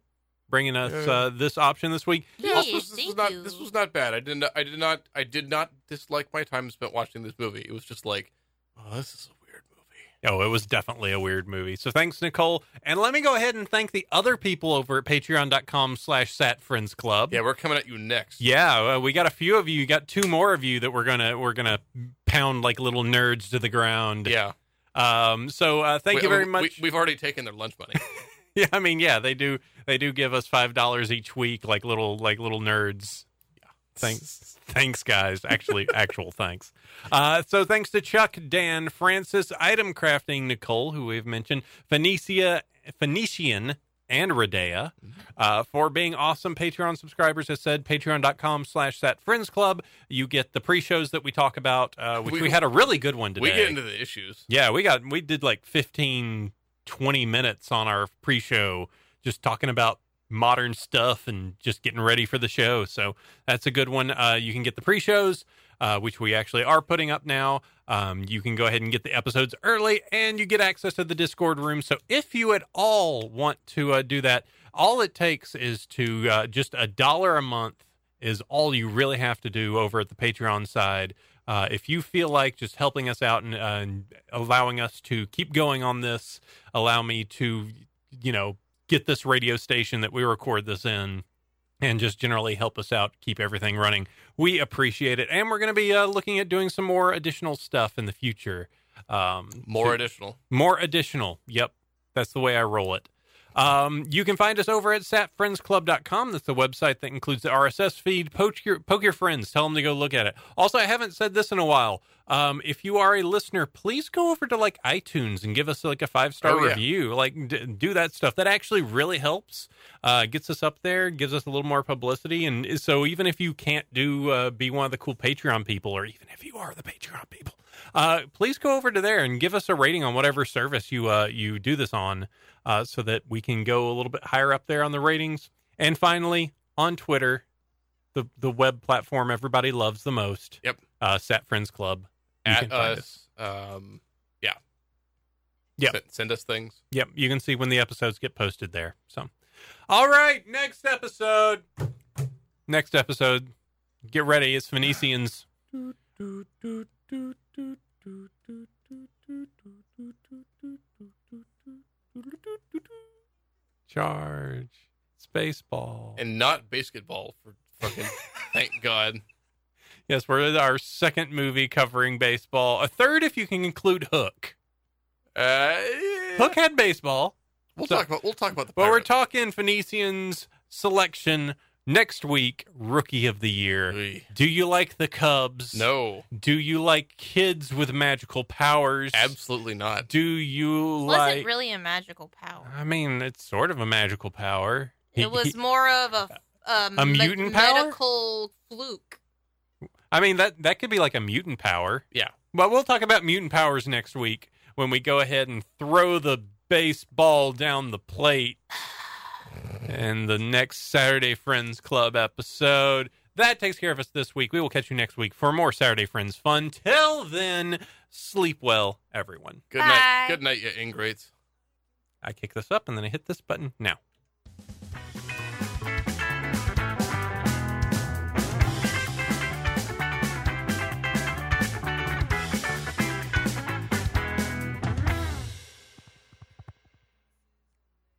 S2: bringing us
S3: Yeah.
S2: uh, this option this week.
S3: Also, this, this was not this was not bad. I did not I did not I did not dislike my time spent watching this movie. It was just like, oh, this is a weird movie.
S2: Oh, it was definitely a weird movie. So thanks, Nicole, and let me go ahead and thank the other people over at Patreon.com/slash Sat Friends Club.
S3: Yeah, we're coming at you next.
S2: Um, Yeah, uh, we got a few of you. Got two more of you that we're gonna we're gonna pound like little nerds to the ground.
S3: yeah.
S2: Um, so uh, thank
S3: We-
S2: you very
S3: we-
S2: much.
S3: We, have already taken their lunch
S2: [LAUGHS]
S3: money.
S2: yeah, I mean, yeah, they do. They do give us five dollars each week, like little like little nerds. Thanks, thanks, guys.
S3: [LAUGHS]
S2: Actually, actual thanks. Uh, so thanks to Chuck, Dan, Francis, Item Crafting, Nicole, who we've mentioned, Phoenicia, Phoenician, and Radea
S3: Mm-hmm.
S2: uh, for being awesome Patreon subscribers. As said, patreon.com slash that friends club. You get the pre-shows that we talk about, uh, which we,
S3: We-
S2: had a really good one today.
S3: we get into the issues.
S2: Yeah, we got we did like 15 20 minutes on our pre-show just talking about modern stuff and just getting ready for the show. So that's a good one. Uh, you can get the pre-shows uh, which we actually are putting up now. Um, you can go ahead and get the episodes early and you get access to the Discord room. So if you at all want to uh, do that, all it takes is to uh, just a dollar a month is all you really have to do over at the Patreon side. Uh, if you feel like just helping us out and, uh, and allowing us to keep going on this, allow me to, you know, get this radio station that we record this in and just generally help us out, keep everything running. We appreciate it. And we're going to be uh, looking at doing some more additional stuff in the future. Um,
S3: More
S2: to-
S3: additional.
S2: more additional. Yep. That's the way I roll it. Um, you can find us over at sapfriendsclub.com. That's the website that includes the RSS feed. Poke your, poke your friends. Tell them to go look at it. Also, I haven't said this in a while. Um, if you are a listener, please go over to like iTunes and give us like a five star
S3: Oh, yeah.
S2: review. Like, d- do that stuff. That actually really helps. Uh, gets us up there, gives us a little more publicity. And so, even if you can't do uh, be one of the cool Patreon people, or even if you are the Patreon people, uh, please go over to there and give us a rating on whatever service you uh, you do this on, uh, so that we can go a little bit higher up there on the ratings. And finally, on Twitter, the the web platform everybody loves the most.
S3: Yep.
S2: Uh, Sat Friends Club You
S3: at
S2: can find
S3: us. Um, yeah.
S2: Yep.
S3: Send, send us things.
S2: Yep, you can see when the episodes get posted there. So, all right, next episode. Next episode. Get ready. It's Phoenicians. Charge. Spaceball.
S3: And not basketball for fucking
S2: [LAUGHS]
S3: thank God.
S2: yes, we're at our second movie covering baseball. A third, if you can include Hook.
S3: Uh, yeah.
S2: Hook had baseball.
S3: We'll
S2: So-
S3: talk about we'll talk about the
S2: But we're
S3: Pirates.
S2: talking Phoenicians selection next week, rookie of the year.
S3: We-
S2: Do you like the Cubs?
S3: No,
S2: Do you like kids with magical powers?
S3: absolutely not.
S2: Do you
S4: wasn't
S2: like?
S4: really a magical power.
S2: I mean, it's sort of a magical power. He-
S4: It was
S2: he-
S4: more of a um,
S2: A mutant power?
S4: medical fluke.
S2: I mean that that could be like a mutant power.
S3: Yeah.
S2: But we'll talk about mutant powers next week when we go ahead and throw the baseball down the plate. And the next Saturday Friends Club episode. That takes care of us this week. We will catch you next week for more Saturday Friends fun. Till then, sleep well, everyone.
S3: Good night.
S4: Bye.
S3: Good night, you ingrates.
S2: I kick this up and then I hit this button now.